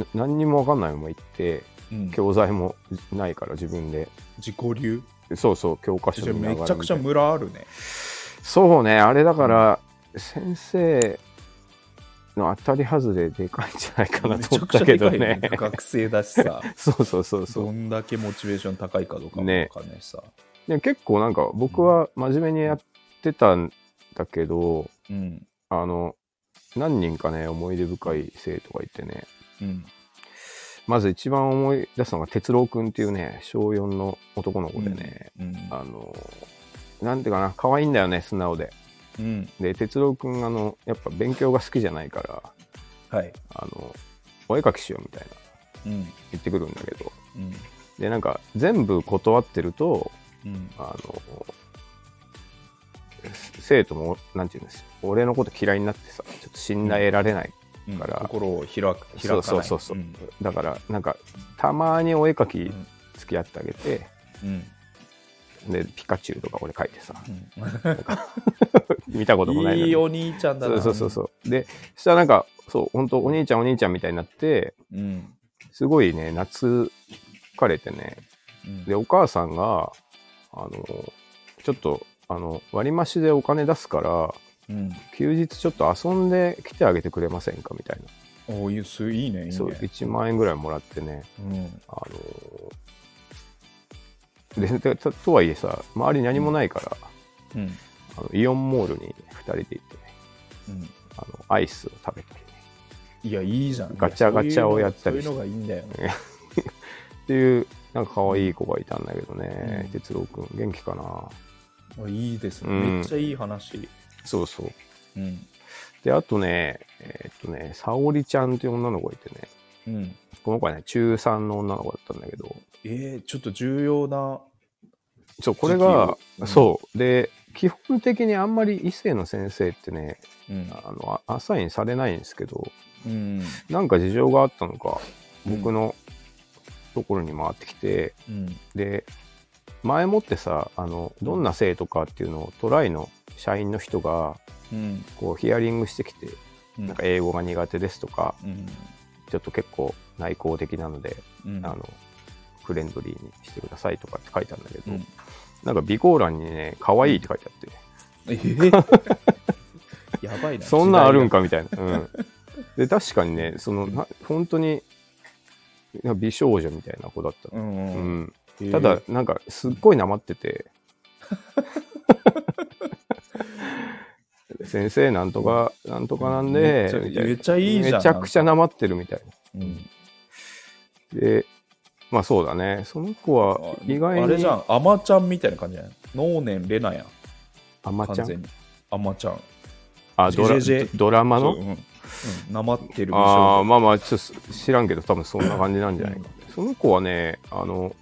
B: な何にも分かんないまま行って
A: うん、
B: 教材もないから自分で
A: 自己流
B: そうそう教科書
A: じゃあ
B: 見な
A: め
B: がらみ
A: ち
B: た
A: ゃ
B: いな
A: くちゃムラあるね
B: そうねあれだから先生の当たり外れでかいんじゃないかな
A: め
B: と
A: ちゃ
B: 思っ
A: くち
B: た
A: ゃ
B: け
A: で
B: ど
A: かいよ
B: ね
A: ね学生だしさ
B: そうそうそう (laughs) そう
A: どんだけモチベーション高いかどうかもわ
B: ね
A: かんないしさ、
B: で結構なんか僕は真面目にやってたんだけど、
A: うん
B: あの何人かね思い出深い生徒がいてね
A: うん
B: まず一番思い出すのが哲郎くんっていうね小4の男の子でね、
A: うん
B: あのなんていうかな可愛いんだよね素直で
A: うん
B: で哲郎くんあのやっぱ勉強が好きじゃないから
A: はい
B: あのお絵描きしようみたいな
A: うん
B: 言ってくるんだけど
A: うん
B: でなんか全部断ってると
A: うん
B: あの生徒もなんていうんです俺のこと嫌いになってさちょっと信頼得られない、
A: うん
B: だから
A: 心を開く開かない
B: そうそうそうそう
A: うん
B: だからなんかたまにお絵描き付き合ってあげて、
A: うん。
B: でピカチュウとか俺書いてさ
A: う
B: 見たこともない
A: ん、い
B: のに
A: いお兄ちゃんだ
B: そ
A: な。
B: うそうそうそうでそしたらなんかそう本当お兄ちゃんお兄ちゃんみたいになって
A: うん。
B: すごいね懐かれてね
A: うん。
B: でお母さんがあのちょっとあの割増でお金出すから
A: うん。
B: 休日ちょっと遊んで来てあげてくれませんかみたいな
A: おお、いいすいいね、いいね。
B: そう1万円ぐらいもらってね
A: うん。
B: あのででととはいえさ周りに何もないから、
A: うん。
B: あのイオンモールに2人で行ってね
A: うん。
B: あのアイスを食べたりね
A: いや、いいじゃん。
B: ガチャガチャをやったり
A: そういうのがいいんだよ。
B: っていうなんか可愛い子がいたんだけどね、
A: うん
B: 哲郎君元気かな
A: おいいですね。
B: うん
A: めっちゃいい話。
B: そうそう
A: うん。
B: であとねえーっとね沙織ちゃんっていう女の子がいてね
A: うん。
B: この子はね中3の女の子だったんだけど
A: えー、ちょっと重要な。
B: そうこれが
A: 時、期を
B: そうで基本的にあんまり異性の先生ってね
A: うん。
B: あのあアサインされないんですけど
A: うん。
B: なんか事情があったのか
A: うん
B: 僕のところに回ってきて、
A: うん。
B: で前もってさあのどんな生徒かっていうのをトライの社員の人が
A: うん。
B: こうヒアリングしてきて、
A: う
B: なんか英語が苦手ですとか
A: うん。
B: ちょっと結構内向的なので、
A: うん。
B: あのフレンドリーにしてくださいとかって書いてあるんだけど、
A: うん
B: なんか備考欄にね「可愛いって書いてあって、
A: え
B: (laughs)
A: ーやばいな。
B: そんなんあるんかみたいな。うん、で確かにねそのな本当にな美少女みたいな子だった
A: 時代が。う、ん
B: う
A: うん。
B: ん
A: えー
B: ただ、なんかすっごいなまっ
A: (laughs)
B: てて先生なんとかなんとかなん
A: めっ
B: でみ
A: ちゃ
B: たいな
A: めっちゃいいじゃん
B: めちゃくちゃなまってるみたい
A: うん
B: なでまあそうだねその子は意外に
A: あれじゃん、アマちゃんみたいな感じじゃない能年レナやん、
B: あまちゃ
A: 完全
B: ん
A: に。アマちゃん。
B: あドラ
A: ジェジェ
B: ドラマ
A: そう
B: の
A: うん。うんなまってる美
B: ああ
A: 少
B: ーまあまあちょっと知らんけど多分そんな感じなんじゃないか、その子はねあの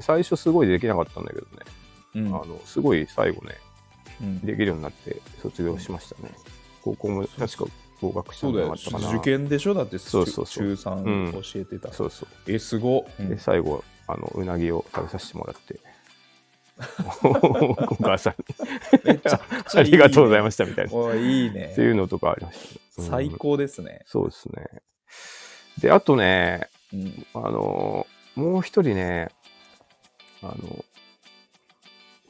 B: 最初すごいできなかったんだけどね、
A: 女。うん
B: あのすごい最後ね
A: うん
B: できるようになって卒業しましたね、高校も確か合格した
A: そ
B: ん
A: う
B: じ
A: だ
B: ゃ
A: よ
B: なかったかな
A: 受験でしょだって
B: そうそうそう
A: 中3教えてた、
B: そうそ
A: えすごう
B: う、
A: ん
B: で最後あのうなぎを食べさせてもらって
A: (laughs)
B: お母さんに
A: めちゃ
B: (laughs) ありがとうございま
A: し
B: したみたいな、
A: おいいいね
B: っていうのとかありましたね、うん
A: 最高ですね、
B: そうですねであとね
A: うん
B: あのもう一人ね、あの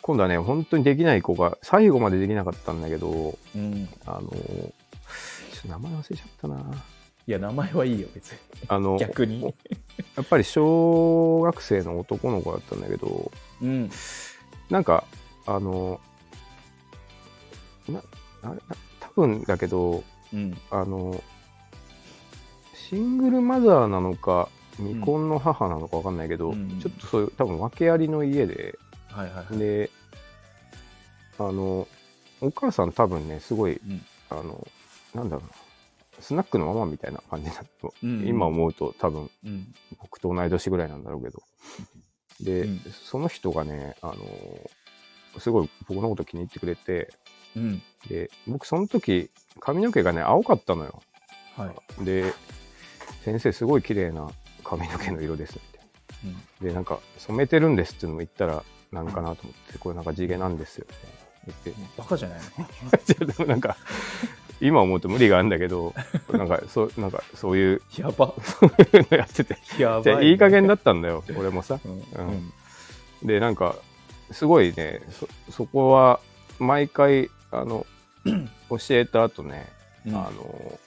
B: 今度はね、本当にできない子が、最後までできなかったんだけど、
A: うん、い
B: あのちょっと名前忘れちゃったな。
A: や名前はいいよ別に
B: あの、
A: 逆に
B: やっぱり小学生の男の子だったんだけど、
A: うん
B: なんか、あのな、あれ、多分だけど、
A: うん
B: あのシングルマザーなのか未婚の母なのか分かんないけど、
A: うん
B: ちょっとそういう多分訳ありの家で
A: はいはいはい
B: であのお母さん多分ねすごい
A: うん
B: あのなんだろうなスナックのママみたいな感じだと、
A: うん
B: 今思うと多分
A: うん
B: 僕と同い年ぐらいなんだろうけどで、
A: うん
B: その人がねあのすごい僕のこと気に入ってくれて
A: うん
B: で僕その時髪の毛がね青かったのよ
A: はい、
B: で先生すごい綺麗な髪の毛の色ですみたい
A: うん、
B: なでなんか染めてるんですっていうのも言ったらなんかなと思ってこれなんか地毛なんですよみたいな言
A: バカじゃないの
B: って (laughs) ちょっとなんか今思うと無理があるんだけどなんかそうなんかそういう
A: や
B: (laughs)
A: ば
B: のやってて
A: やばい、
B: じゃあ
A: ね、
B: いい加減だったんだよ俺もさ
A: うんう
B: うん
A: ん
B: でなんかすごいねそそこは毎回あ
A: (clears throat)
B: の教えた後ね
A: うん
B: あの、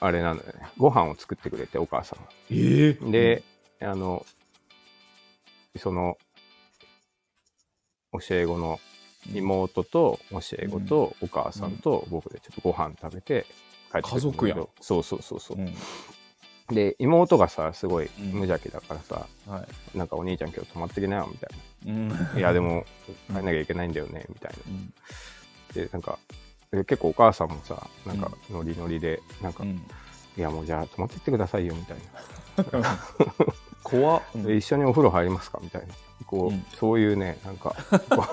B: あれなんだよね。ご飯を作ってくれて、お母さんが。
A: えー、
B: で、あの、その、教え子の妹と教え子とお母さんと僕でちょっとご飯食べて帰ってくるんだけど
A: 家族やん
B: そうそうそうそう
A: う。ん
B: で、妹がさ、すごい
A: うん
B: 無邪気だからさ、
A: は
B: なんかお兄ちゃん今日泊まってきなよ、みたい
A: い、うん、
B: な。いや、でも、帰んなきゃいけないんだよね、みたいな。
A: うん
B: でなんかえ結構お母さんもさなんかノリノリで、なんか、
A: う
B: い
A: ん
B: やもうじゃあ泊まってってくださいよみたい
A: 怖っ、う
B: な、
A: ん
B: で一緒にお風呂入りますかみたいなこう、
A: うん
B: そういうねなんか
A: (laughs)
B: こ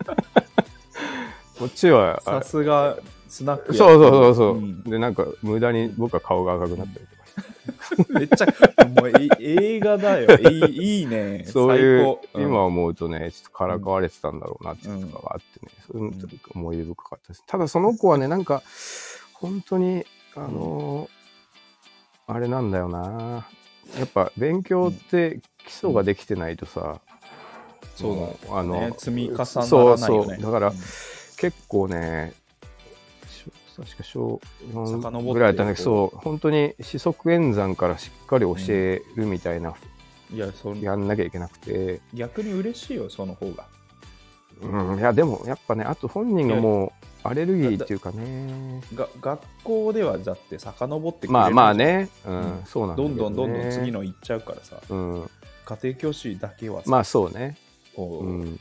B: うこっちはあ
A: さすがスナック
B: そう
A: や
B: そうそうそう、
A: ん
B: でなんか無駄に僕は顔が赤くなったりとかして
A: めっちゃ、もうえ映画だよ。いいいいね。
B: そういう、
A: 最
B: 今
A: 高。
B: 思うとね、ちょっとからかわれてたんだろうなっていうとかがあってね、
A: ん
B: そういうのちょっと思い出深かったです。ただその子はね、なんか、本当に、あのーあれなんだよな。やっぱ勉強って基礎ができてないとさ、
A: そうだ
B: もうあ
A: うん、
B: の
A: ね、積み重ならない
B: そ
A: よね。
B: うそうだから
A: ん
B: 結構ね、小確か小
A: 遡
B: 4
A: って
B: ぐらいだったんだけど、そう、本当に四則演算からしっかり教えるみたいな、
A: いや、その
B: やんなきゃいけなくて、
A: 逆に嬉しいよ、その方が。
B: うん、いやでもやっぱねあと本人がもうアレルギーっていうかね
A: が学校ではだって遡ってくれる
B: まあまあね、う
A: うん
B: ん、そうなんだ
A: ど
B: け
A: んどんどんどん次
B: の、
A: の行っちゃうからさ
B: うん、
A: 家庭教師だけはさ、
B: まあそうね、
A: こう
B: うん、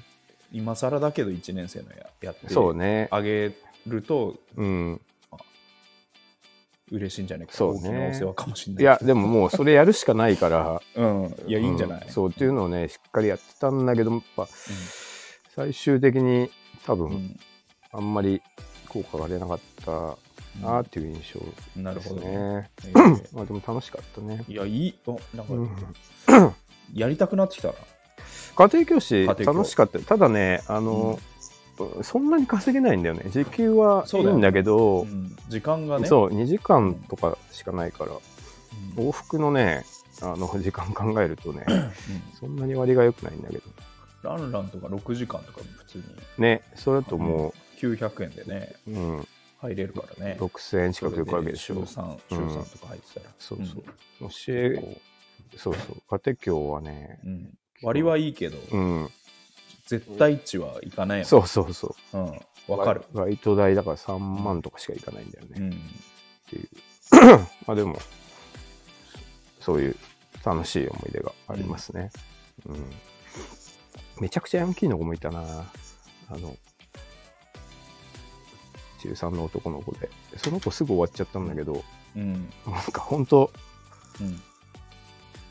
A: 今更だけど1年生のややって
B: そうね、
A: あげると
B: うん、
A: 嬉しいんじゃないか
B: そう
A: 大
B: ね
A: きなお世話かもしれない
B: いやでももうそれやるしかないから
A: う、ん、 (laughs) いやいいんじゃない、
B: うそうっていうのをねしっかりやってたんだけどやっぱ最終的に多
A: う
B: 分
A: ん
B: あんまり効果が出なかったなっていう印象
A: なる
B: です
A: ほ
B: ね
A: ど、ね、えー
B: まあでも楽しかったね、
A: いやいいおなんか、
B: うん
A: やりたくなってきたな
B: 家庭教師
A: 家庭教
B: 楽しかったよただねあの、そんなに稼げないんだよね時給は
A: そ
B: いう
A: だ
B: い
A: よね
B: んだけど
A: うん時間がね
B: そう2時間とかしかないから
A: うん、
B: 往復のねあの時間考える
A: (clears throat)
B: とね
A: うん
B: そんなに割が良くないんだけど
A: ランランとか6時間とか普通に
B: ねそれだとも
A: 900円でね
B: う、うん、
A: 入れるからね
B: 6000円近くいくわけでしょ
A: 週3、週三とか入ってたら。
B: そうそう
A: う
B: 教えそうそう家庭教はね
A: ん。うん割はいいけど、
B: うん
A: 絶対値はいかないよね。
B: そうそうそう
A: うん。わかる。
B: バイト代だから3万とかしかいかないんだよね、
A: うん。
B: っていうまあでもそそういう楽しい思い出がありますね、うんめちゃくちゃヤンキーの子もいたなあの中3の男の子でその子すぐ終わっちゃったんだけど
A: うん。
B: なんか本当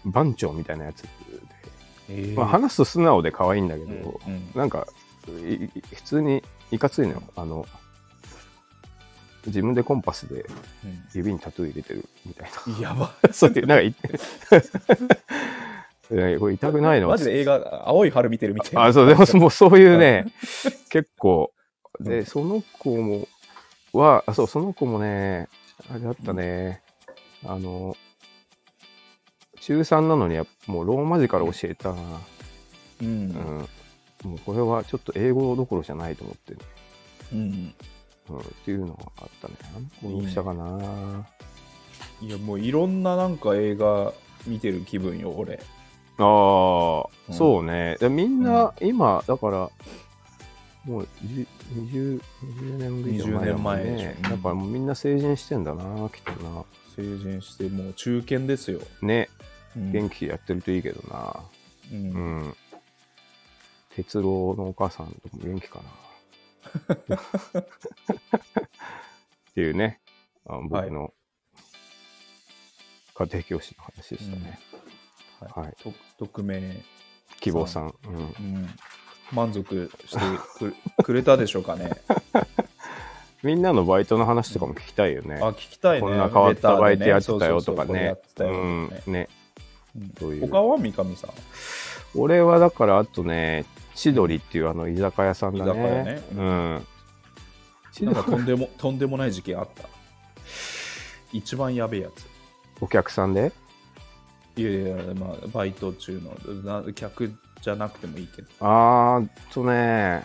A: うん。
B: 番長みたいなやつで、
A: えー
B: まあ、話すと素直で可愛いんだけ
A: う
B: ど、
A: んうん
B: なんかいい普通にいかついのよあの自分でコンパスで指にタトゥー入れてるみたいな
A: うん。やば。 (laughs)
B: そういう、なんかい (laughs) いや、これ痛くない
A: (laughs)
B: の
A: マジで映画、青い春見てるみたいな。
B: あ、そう、でも、もうそういうね、結構。で、その子も、は、あそう、その子もね、あれだったね、あの、中3なのにやっぱ、もうローマ字から教えたな。
A: う。
B: うんん。もうこれはちょっと英語どころじゃないと思ってね、
A: うん。
B: うん、っていうのがあったね。あの子どうしたかな。
A: いや、もういろんななんか映画見てる気分よ、俺。
B: ああ、
A: うん
B: そうね。でみんな、今、だから、もうじ20、20年ぐら
A: 20
B: い前だもん
A: 年前で
B: ね
A: し。ょ
B: だからもうみんな成人してんだな、きっとな。
A: 成人して、もう中堅ですよ。
B: ね、
A: うん
B: 元気やってるといいけどな。
A: う。
B: うんん。哲郎のお母さんとかも元気かな。っていうね、あ僕の家庭教師の話でしたね。
A: は
B: は
A: い。
B: い
A: と匿名。
B: 希望さん。うん
A: うん満足してくく (laughs) れたでしょうかね。
B: みんなのバイトの話とかも聞きたいよね。
A: あ、聞きたいね。
B: こんな変わったバイトやってたよ
A: レタ
B: とか
A: ーでそうそうそうこ
B: ね。
A: れやってたよとかね
B: うん、ね。そういう
A: 他は三上さん、
B: 俺はだからあとね、千鳥っていうあの居酒屋さん
A: 居
B: だね。
A: 酒屋ね
B: うん。千
A: なんか
B: 鳥
A: とんでも (laughs) とんでもない事件あった。一番やべえやつ。
B: お客さんで
A: いやいや、まあ、バイト中のな客じゃなくてもいいけど。
B: あーっとね、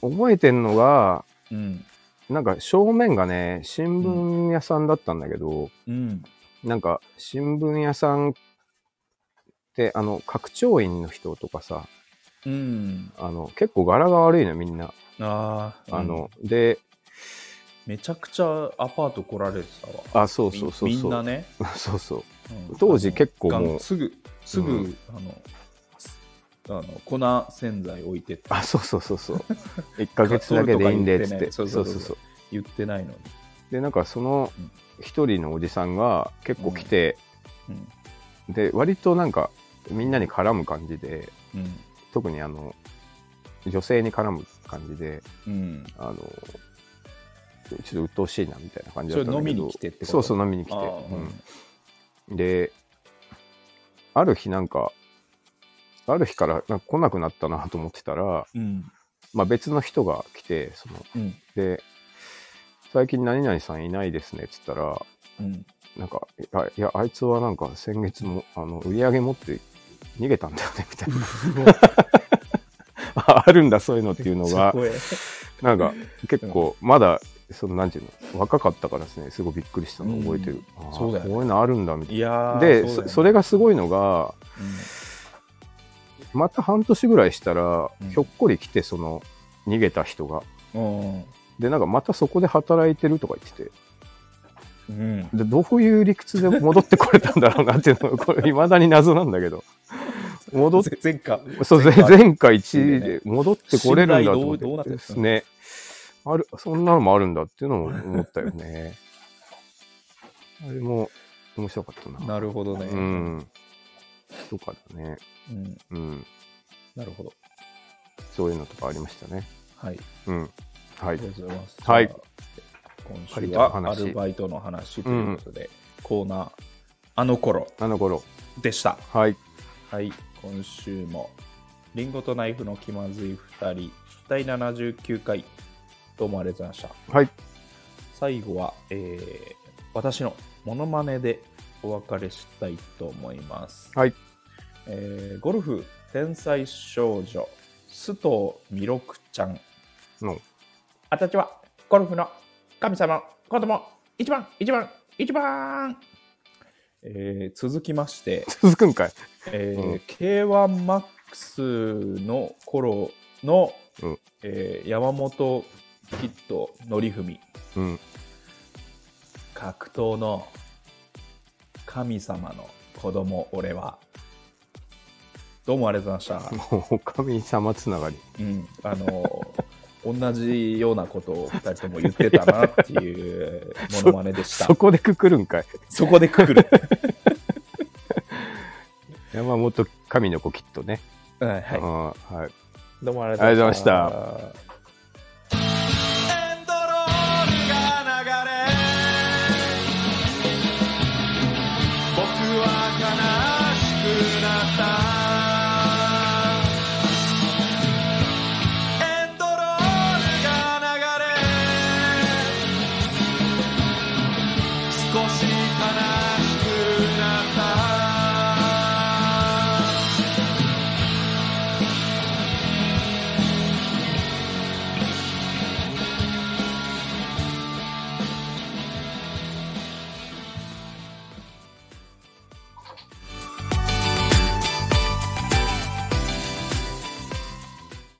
B: 覚えてんのが、
A: うん。うん。
B: なんか正面がね、新聞屋さんだったんだけど、
A: うん、
B: なんか新聞屋さんって、あの、拡張員の人とかさ、
A: うん
B: あの、結構柄が悪いのみんな。
A: あー
B: あ
A: うん
B: の、で、
A: めちゃくちゃアパート来られてたわ。
B: あ、そうそうそうそう。
A: みみんなね。
B: (laughs) そうそう。
A: うん
B: 当時結構
A: あの
B: もう
A: すぐすぐ、
B: うん
A: あのすあの粉洗剤置いてって
B: あ、そうそうそうそう。1ヶ月だけでいいんでっつって。
A: そ
B: そう
A: そ
B: うそう
A: そ
B: う
A: う
B: そう。
A: 言ってないのに、
B: で、なんかその
A: うん
B: 一人のおじさんが結構来て、
A: うん
B: で、割となんかみんなに絡む感じで、
A: うん
B: 特にあの、女性に絡む感じで、
A: うん、
B: あの、ちょっと鬱陶しいなみたいな感じだったん
A: それ
B: だけ
A: 飲
B: ど
A: みに来てってこと
B: そうそう飲みに来て、
A: あー
B: うんで、ある日なんか、ある日からなんか来なくなったなと思ってたら、
A: うん。
B: まあ、別の人が来て、その
A: うん。
B: で、最近何々さんいないですねって言ったら、
A: うん。
B: なんか、いや、いやあいつはなんか先月も、あの、売り上げ持って逃げたんだよね、みたいな。
A: (laughs)
B: ああるんだ、そういうのっていうのが、なんか結構、まだ、その、なんていうの、若かったからですね、すごいびっくりしたのを覚えてる。あー
A: そうだよね
B: こういうのあるんだ、みたい
A: いや
B: な。
A: ーう
B: で、
A: だよ
B: そ
A: ね
B: それがすごいのが、また半年ぐらいしたら、
A: うん
B: ひょっこり来て、その、逃げた人が。
A: うん。
B: で、なんかまたそこで働いてるとか言ってて、
A: うん。
B: でどういう理屈で戻ってこれたんだろうなっていう
A: (laughs)
B: のが、これ、未だに謎なんだけど。戻っ
A: 前回。
B: そう、
A: 前
B: 前
A: 回
B: 前回1位で戻ってこれるんだと思っ
A: 信頼どうどうなって
B: て
A: るん
B: で
A: です
B: す
A: か
B: ね。ある、そんなのもあるんだっていうのも思ったよね。あれも面白かったな。
A: なるほどね。
B: う。ん。とかだね。
A: うん、
B: うん。
A: なるほど。
B: そういうのとかありましたね。
A: はい。
B: うん。は
A: あ
B: い
A: り。がとうございます。
B: はい
A: じゃあ。
B: 借
A: 今
B: り
A: 週
B: た
A: はア
B: 話
A: ルバイトの話ということで、コーナー、あの頃
B: あの頃。
A: でした。
B: はい。
A: はい、今週も、リンゴとナイフの気まずい2人、第79回、どうもありがとうございました。
B: はい。
A: 最後は、えー私のモノマネでお別れしたいと思います。
B: はい。
A: えーゴルフ天才少女、須藤弥勒ちゃん。
B: の。
A: 私はゴルフの神様の子供、一番、一番、一番、えー続きまして、
B: 続くんかい。
A: え (laughs)
B: うん
A: ー K1MAX の頃の、
B: うん
A: えー山本キッド典文
B: うん。
A: 格闘の神様の子供俺はどうもありがとうございました、
B: もう、神様つながり。
A: (laughs) うん、あの同じようなことを2人とも言ってたなっていうモノマネでした
B: そ
A: (laughs) そ
B: こでくくるんかい。
A: こでくくる、
B: 山本神の子きっとね。
A: はいはい
B: (laughs) うんはい。
A: どうもあり
B: がとうございました
A: ありがとうございました